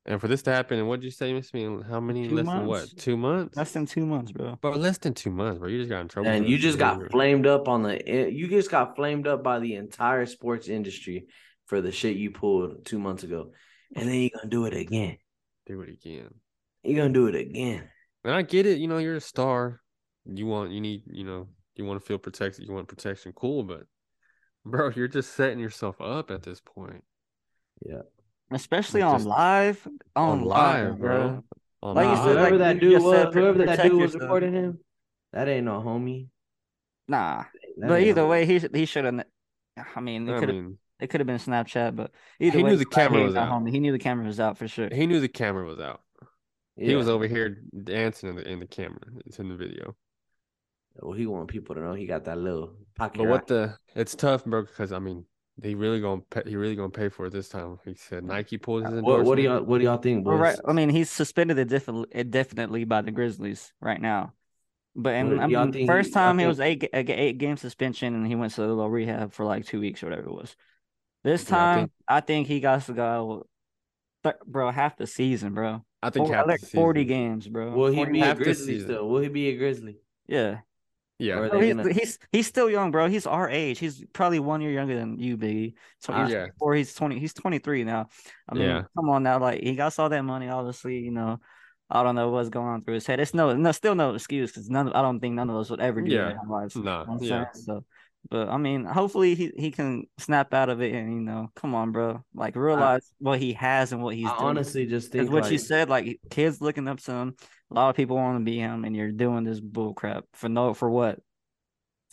[SPEAKER 4] And for this to happen, and what did you say, Miss Me? How many?
[SPEAKER 2] Two
[SPEAKER 4] less than what?
[SPEAKER 2] months.
[SPEAKER 4] Two months.
[SPEAKER 2] Less than two months, bro.
[SPEAKER 4] But less than two months, bro. You just got in trouble.
[SPEAKER 3] And
[SPEAKER 4] for
[SPEAKER 3] you
[SPEAKER 4] that.
[SPEAKER 3] just got
[SPEAKER 4] Dude.
[SPEAKER 3] flamed up on the eh, you just got flamed up by the entire sports industry for the shit you pulled two months ago, and then you're gonna do it again.
[SPEAKER 4] Do it again.
[SPEAKER 3] You're gonna do it again.
[SPEAKER 4] And I get it. You know, you're a star. You want, you need, you know, you want to feel protected. You want protection. Cool. But, bro, you're just setting yourself up at this point
[SPEAKER 2] Especially
[SPEAKER 4] It's
[SPEAKER 2] on
[SPEAKER 4] just-
[SPEAKER 2] live. On,
[SPEAKER 4] on live, bro. On
[SPEAKER 2] Like you
[SPEAKER 3] Nah,
[SPEAKER 2] said,
[SPEAKER 3] whoever
[SPEAKER 2] like
[SPEAKER 3] that
[SPEAKER 2] you
[SPEAKER 3] dude
[SPEAKER 2] just
[SPEAKER 3] was,
[SPEAKER 2] said,
[SPEAKER 3] whoever that
[SPEAKER 2] protect
[SPEAKER 3] dude was
[SPEAKER 2] yourself.
[SPEAKER 3] recording him, that ain't no homie.
[SPEAKER 2] Nah,
[SPEAKER 3] That
[SPEAKER 2] but
[SPEAKER 3] ain't
[SPEAKER 2] either
[SPEAKER 3] no-
[SPEAKER 2] way, he he should have. I mean, it
[SPEAKER 4] I
[SPEAKER 2] could have.
[SPEAKER 4] mean,
[SPEAKER 2] It could have been Snapchat, but either
[SPEAKER 4] He
[SPEAKER 2] way,
[SPEAKER 4] knew the
[SPEAKER 2] I'm glad
[SPEAKER 4] camera
[SPEAKER 2] he
[SPEAKER 4] was
[SPEAKER 2] got
[SPEAKER 4] out.
[SPEAKER 2] home. He knew the camera was out for sure.
[SPEAKER 4] He knew the camera was out.
[SPEAKER 3] Yeah.
[SPEAKER 4] He was over here dancing in the in the camera. It's in the video.
[SPEAKER 3] Well, he want people to know he got that little pocket.
[SPEAKER 4] But what
[SPEAKER 3] rocket.
[SPEAKER 4] the? It's tough, bro. Because I mean, he really gonna pay, he really gonna pay for it this time. He said Nike pulled his
[SPEAKER 3] What, what do
[SPEAKER 4] endorsement.
[SPEAKER 3] y'all What do y'all think,
[SPEAKER 2] Well,
[SPEAKER 3] boys?
[SPEAKER 2] right. I mean, he's suspended indefi- indefinitely by the Grizzlies right now. But and
[SPEAKER 3] Well,
[SPEAKER 2] I
[SPEAKER 3] y'all
[SPEAKER 2] mean,
[SPEAKER 3] think
[SPEAKER 2] first
[SPEAKER 3] he- y'all
[SPEAKER 2] time it was eight ga- a ga- eight game suspension, and he went to the little rehab for like two weeks or whatever it was. This
[SPEAKER 4] Yeah, I
[SPEAKER 2] time,
[SPEAKER 4] think-
[SPEAKER 2] I think he got to go, th- bro, half the season, bro.
[SPEAKER 4] I think
[SPEAKER 2] Four-
[SPEAKER 4] half the
[SPEAKER 2] like forty
[SPEAKER 4] season.
[SPEAKER 2] games, bro.
[SPEAKER 3] Will he
[SPEAKER 2] 40
[SPEAKER 3] be a
[SPEAKER 4] half the
[SPEAKER 3] Grizzly
[SPEAKER 4] season.
[SPEAKER 3] still? Will he be a Grizzly?
[SPEAKER 2] Yeah,
[SPEAKER 4] Yeah,
[SPEAKER 3] Or- Are
[SPEAKER 2] Bro,
[SPEAKER 3] they
[SPEAKER 2] he's,
[SPEAKER 3] gonna-
[SPEAKER 2] he's he's still young, bro. He's our age. He's probably one year younger than you, Biggie. So
[SPEAKER 4] Ah,
[SPEAKER 2] he's
[SPEAKER 4] yeah.
[SPEAKER 2] or he's twenty. He's twenty three now. I mean,
[SPEAKER 4] Yeah.
[SPEAKER 2] come on now. Like he got all that money. Obviously, you know, I don't know what's going on through his head. It's no, no, still no excuse because none. I don't think none of us would ever do
[SPEAKER 4] Yeah.
[SPEAKER 2] that in our lives. you know
[SPEAKER 4] nah,
[SPEAKER 2] what I'm
[SPEAKER 4] yeah.
[SPEAKER 2] saying? So, but I mean, hopefully he he can snap out of it and you know, come on, bro. Like realize what he has and what he's
[SPEAKER 3] I
[SPEAKER 2] doing.
[SPEAKER 3] honestly just
[SPEAKER 2] Because
[SPEAKER 3] think
[SPEAKER 2] what you
[SPEAKER 3] like,
[SPEAKER 2] said, like kids looking up to him, a lot of people want to be him, and you're doing this bull crap for no for what?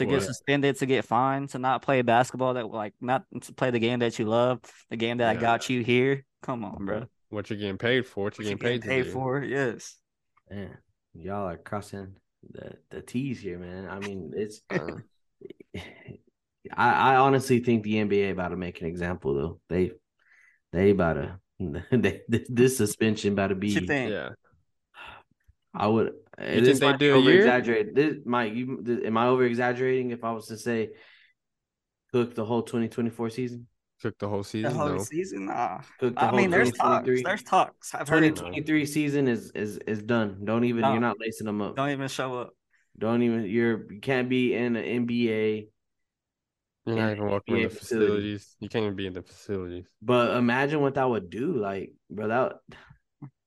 [SPEAKER 2] To get
[SPEAKER 4] What?
[SPEAKER 2] suspended, to get fined, to not play basketball that like not to play the game that you love, the game that
[SPEAKER 4] Yeah.
[SPEAKER 2] got you here. Come on, bro.
[SPEAKER 4] What you're getting paid for? What
[SPEAKER 2] What
[SPEAKER 4] you're
[SPEAKER 2] you
[SPEAKER 4] getting,
[SPEAKER 2] getting
[SPEAKER 4] paid,
[SPEAKER 2] paid
[SPEAKER 4] to do.
[SPEAKER 2] for? Yes.
[SPEAKER 3] man, y'all are crossing the the T's here, man. I mean, it's.
[SPEAKER 4] Uh,
[SPEAKER 3] I I honestly think the NBA about to make an example though. They they about to they, this suspension about to
[SPEAKER 2] What
[SPEAKER 3] be.
[SPEAKER 2] you think?
[SPEAKER 4] yeah,
[SPEAKER 3] I would.
[SPEAKER 4] You think they
[SPEAKER 3] might be
[SPEAKER 4] do a year?
[SPEAKER 3] Over-exaggerate. This, Mike, you, this, am I over exaggerating if I was to say cook the whole 2024 season?
[SPEAKER 4] took the whole
[SPEAKER 2] The
[SPEAKER 4] season
[SPEAKER 2] whole
[SPEAKER 4] though.
[SPEAKER 2] season. Nah.
[SPEAKER 3] Cook the
[SPEAKER 2] I
[SPEAKER 3] whole
[SPEAKER 2] mean, there's talks.
[SPEAKER 3] 2023?
[SPEAKER 2] There's talks. I've heard it.
[SPEAKER 3] 2023 season is is is done. Don't even.
[SPEAKER 2] No.
[SPEAKER 3] You're not lacing them up. Don't,
[SPEAKER 2] Don't even show up.
[SPEAKER 3] even. You're you can't be in an NBA.
[SPEAKER 4] You're
[SPEAKER 3] in
[SPEAKER 4] not
[SPEAKER 3] the
[SPEAKER 4] even walking in
[SPEAKER 3] NBA
[SPEAKER 4] the
[SPEAKER 3] facility.
[SPEAKER 4] facilities. You can't even be in the facilities.
[SPEAKER 3] But imagine what that would do, like, bro. That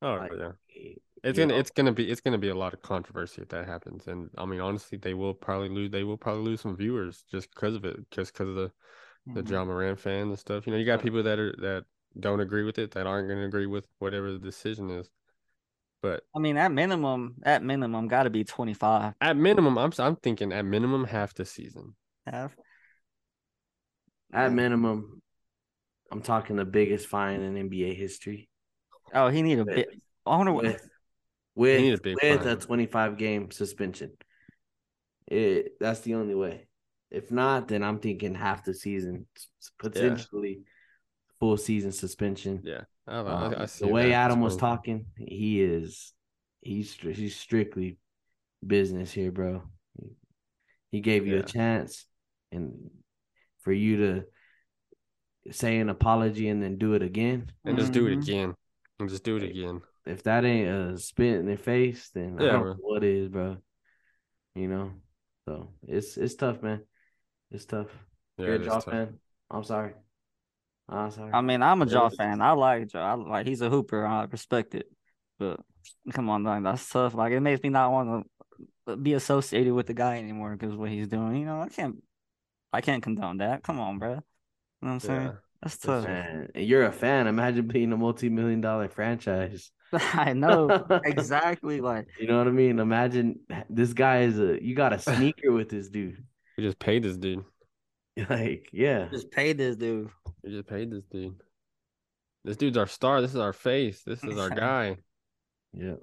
[SPEAKER 4] Oh
[SPEAKER 3] Like,
[SPEAKER 4] yeah. It's
[SPEAKER 3] you
[SPEAKER 4] gonna
[SPEAKER 3] know?
[SPEAKER 4] it's gonna be it's gonna be a lot of controversy if that happens, and I mean honestly, they will probably lose they will probably lose some viewers just because of it, just because of the the
[SPEAKER 2] Mhm.
[SPEAKER 4] John Moran fans and stuff. You know, you got people that are that don't agree with it, that aren't gonna agree with whatever the decision is. But
[SPEAKER 2] I mean, at minimum, at minimum, got to be 25.
[SPEAKER 4] at minimum, I'm I'm thinking at minimum half the season.
[SPEAKER 2] Have.
[SPEAKER 3] at minimum, I'm talking the biggest fine in NBA history.
[SPEAKER 2] Oh, he need a bit. I wonder what.
[SPEAKER 3] with with,
[SPEAKER 4] need a big
[SPEAKER 3] with a
[SPEAKER 4] fine.
[SPEAKER 3] 25 game suspension. It that's the only way. If not, then I'm thinking half the season, s- potentially full season suspension.
[SPEAKER 4] Yeah, I don't know.
[SPEAKER 3] Um,
[SPEAKER 4] I, I see
[SPEAKER 3] the way
[SPEAKER 4] that.
[SPEAKER 3] Adam was
[SPEAKER 4] So,
[SPEAKER 3] talking, he is he's stri- he's strictly business here, bro. He gave you
[SPEAKER 4] Yeah.
[SPEAKER 3] a chance, and for you to say an apology and then do it again.
[SPEAKER 4] and just do it
[SPEAKER 2] Mhm.
[SPEAKER 4] again, and just do it again.
[SPEAKER 3] if that ain't a spit in their face, then I
[SPEAKER 4] Yeah,
[SPEAKER 3] don't
[SPEAKER 4] bro.
[SPEAKER 3] know what is, bro. You know, so it's it's tough, man. It's tough.
[SPEAKER 4] Yeah,
[SPEAKER 3] You're a
[SPEAKER 4] it is
[SPEAKER 3] Jaw
[SPEAKER 4] tough.
[SPEAKER 3] fan. I'm sorry. I'm sorry.
[SPEAKER 2] I mean, I'm a
[SPEAKER 3] Yeah,
[SPEAKER 2] Jaw
[SPEAKER 3] that's-
[SPEAKER 2] fan. I like Jaw. I like he's a hooper. I respect it. But come on, like, that's tough. Like it makes me not want to be associated with the guy anymore because what he's doing. You know, I can't. I can't condone that. Come on, bro. You know what I'm saying?
[SPEAKER 4] Yeah.
[SPEAKER 2] That's
[SPEAKER 4] that's
[SPEAKER 2] tough.
[SPEAKER 3] man, and you're a fan. Imagine being a multi-million dollar franchise.
[SPEAKER 2] I know exactly. Like
[SPEAKER 3] You know what I mean? Imagine this guy is a. You got a sneaker with this dude.
[SPEAKER 4] We just paid this dude.
[SPEAKER 3] Like, yeah.
[SPEAKER 2] just pay this dude.
[SPEAKER 4] We just paid this dude. This dude's our star. This is our face. This is our guy.
[SPEAKER 3] Yeah.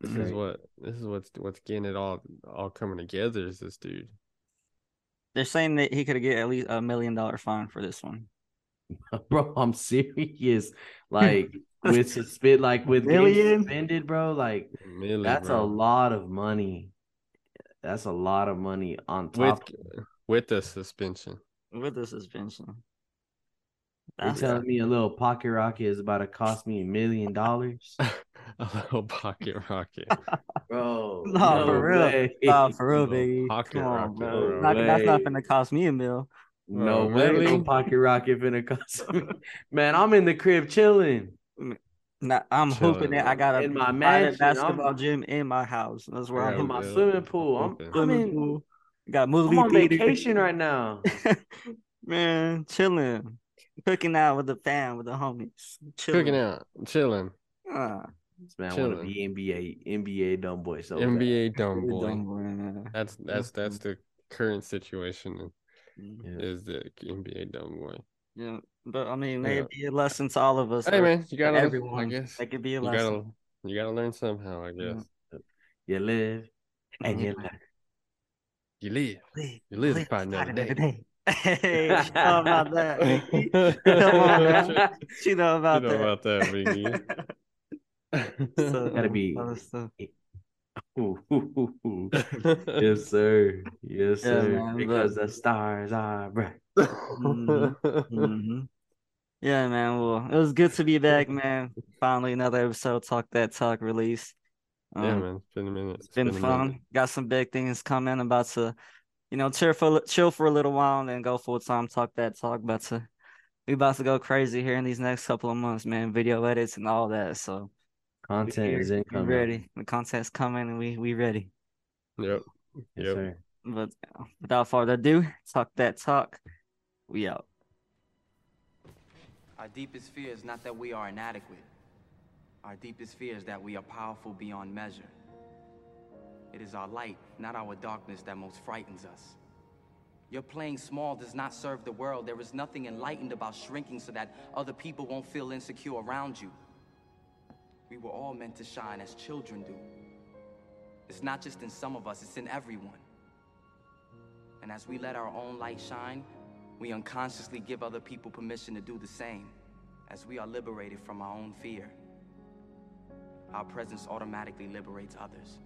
[SPEAKER 4] This is
[SPEAKER 3] Right.
[SPEAKER 4] what this is what's what's getting it all all coming together is this dude.
[SPEAKER 2] They're saying that he could get at least a million dollar fine for this one.
[SPEAKER 3] bro. I'm serious. Like with suspend, like with
[SPEAKER 2] Million?
[SPEAKER 3] games suspended, bro. Like
[SPEAKER 4] Millie,
[SPEAKER 3] that's a
[SPEAKER 4] bro.
[SPEAKER 3] lot of money. That's a lot of money on
[SPEAKER 4] with
[SPEAKER 3] top.
[SPEAKER 4] with the suspension.
[SPEAKER 2] with the suspension.
[SPEAKER 3] You're
[SPEAKER 2] That's
[SPEAKER 3] telling me a little pocket rocket is about to cost me a million dollars,
[SPEAKER 4] a little pocket rocket.
[SPEAKER 3] bro?
[SPEAKER 2] Nah,
[SPEAKER 4] for
[SPEAKER 2] real.
[SPEAKER 3] way.
[SPEAKER 2] nah, for real,
[SPEAKER 4] Little
[SPEAKER 2] biggie.
[SPEAKER 4] pocket
[SPEAKER 2] Come on,
[SPEAKER 4] rocket,
[SPEAKER 2] bro.
[SPEAKER 4] bro.
[SPEAKER 2] Not, that's not
[SPEAKER 3] Way.
[SPEAKER 2] gonna cost me a meal.
[SPEAKER 3] No
[SPEAKER 4] Bro,
[SPEAKER 3] way,
[SPEAKER 4] really?
[SPEAKER 3] no pocket rocket finna cost me. Man, I'm in the crib chilling.
[SPEAKER 2] Nah, I'm hooping
[SPEAKER 4] Chilling,
[SPEAKER 2] it. I
[SPEAKER 4] bro.
[SPEAKER 2] got a
[SPEAKER 3] In my
[SPEAKER 2] private
[SPEAKER 3] mansion, I'm-
[SPEAKER 2] basketball gym in my house. That's where
[SPEAKER 4] Yeah,
[SPEAKER 3] I'm in
[SPEAKER 2] I'm
[SPEAKER 3] my
[SPEAKER 4] bro.
[SPEAKER 3] swimming pool. I'm,
[SPEAKER 4] Okay.
[SPEAKER 3] I'm,
[SPEAKER 2] swimming
[SPEAKER 3] in-
[SPEAKER 2] pool. Got movie
[SPEAKER 3] I'm on
[SPEAKER 2] theater.
[SPEAKER 3] vacation right now.
[SPEAKER 2] Man, chilling, cooking out with the fam, with the homies, chilling.
[SPEAKER 4] Cooking out, chilling.
[SPEAKER 2] Ah,
[SPEAKER 3] This man want to
[SPEAKER 4] Chilling.
[SPEAKER 3] be NBA NBA dumb boy. So bad.
[SPEAKER 4] NBA dumb
[SPEAKER 2] you
[SPEAKER 4] boy.
[SPEAKER 2] dumb boy, man.
[SPEAKER 4] That's that's that's the current situation
[SPEAKER 3] Yeah.
[SPEAKER 4] is the NBA dumb boy.
[SPEAKER 2] Yeah, but I mean, maybe a lesson to all of us.
[SPEAKER 4] Hey
[SPEAKER 2] or
[SPEAKER 4] man, you gotta
[SPEAKER 2] everyone.
[SPEAKER 4] I guess
[SPEAKER 2] It
[SPEAKER 4] you
[SPEAKER 2] could be a lesson.
[SPEAKER 4] gotta you gotta learn somehow. I guess
[SPEAKER 3] You live and
[SPEAKER 2] Mhm.
[SPEAKER 4] Mm-hmm.
[SPEAKER 3] you learn.
[SPEAKER 4] you live,
[SPEAKER 2] Live-
[SPEAKER 4] you live
[SPEAKER 2] live
[SPEAKER 4] by another
[SPEAKER 2] another
[SPEAKER 4] day.
[SPEAKER 2] Hey, she know about that. Vicky. Come on,
[SPEAKER 4] you
[SPEAKER 2] man. She know about
[SPEAKER 4] know
[SPEAKER 2] that.
[SPEAKER 4] about that, Biggie.
[SPEAKER 2] So,
[SPEAKER 3] Gotta be-
[SPEAKER 2] other stuff.
[SPEAKER 3] Ooh, ooh, ooh, ooh. yes, sir. Yes,
[SPEAKER 2] Yeah,
[SPEAKER 3] sir.
[SPEAKER 2] man, but-
[SPEAKER 3] because the stars are bright.
[SPEAKER 2] Mhm. Yeah, man. Well, it was good to be back, man. Finally, another episode. Talk that talk release. Um,
[SPEAKER 4] yeah, Oh, man. It's been a minute.
[SPEAKER 2] It's been
[SPEAKER 4] a
[SPEAKER 2] fun.
[SPEAKER 4] minute.
[SPEAKER 2] Got some big things coming. About to, you know, chill for chill for a little while and then go full time. Talk that talk. About to, we about to go crazy here in these next couple of months, man. Video edits and all that. So we
[SPEAKER 3] Content
[SPEAKER 2] here,
[SPEAKER 3] is
[SPEAKER 2] we
[SPEAKER 3] incoming.
[SPEAKER 2] ready. The content's coming, and we we ready.
[SPEAKER 4] Yep.
[SPEAKER 3] Yes,
[SPEAKER 4] Yep.
[SPEAKER 3] sir.
[SPEAKER 2] But uh, without further ado, talk that talk. We out.
[SPEAKER 5] Our deepest fear is not that we are inadequate. Our deepest fear is that we are powerful beyond measure. It is our light, not our darkness, that most frightens us. Your playing small does not serve the world. There is nothing enlightened about shrinking so that other people won't feel insecure around you. We were all meant to shine as children do. It's not just in some of us, it's in everyone. And as we let our own light shine, we unconsciously give other people permission to do the same, as we are liberated from our own fear. Our presence automatically liberates others.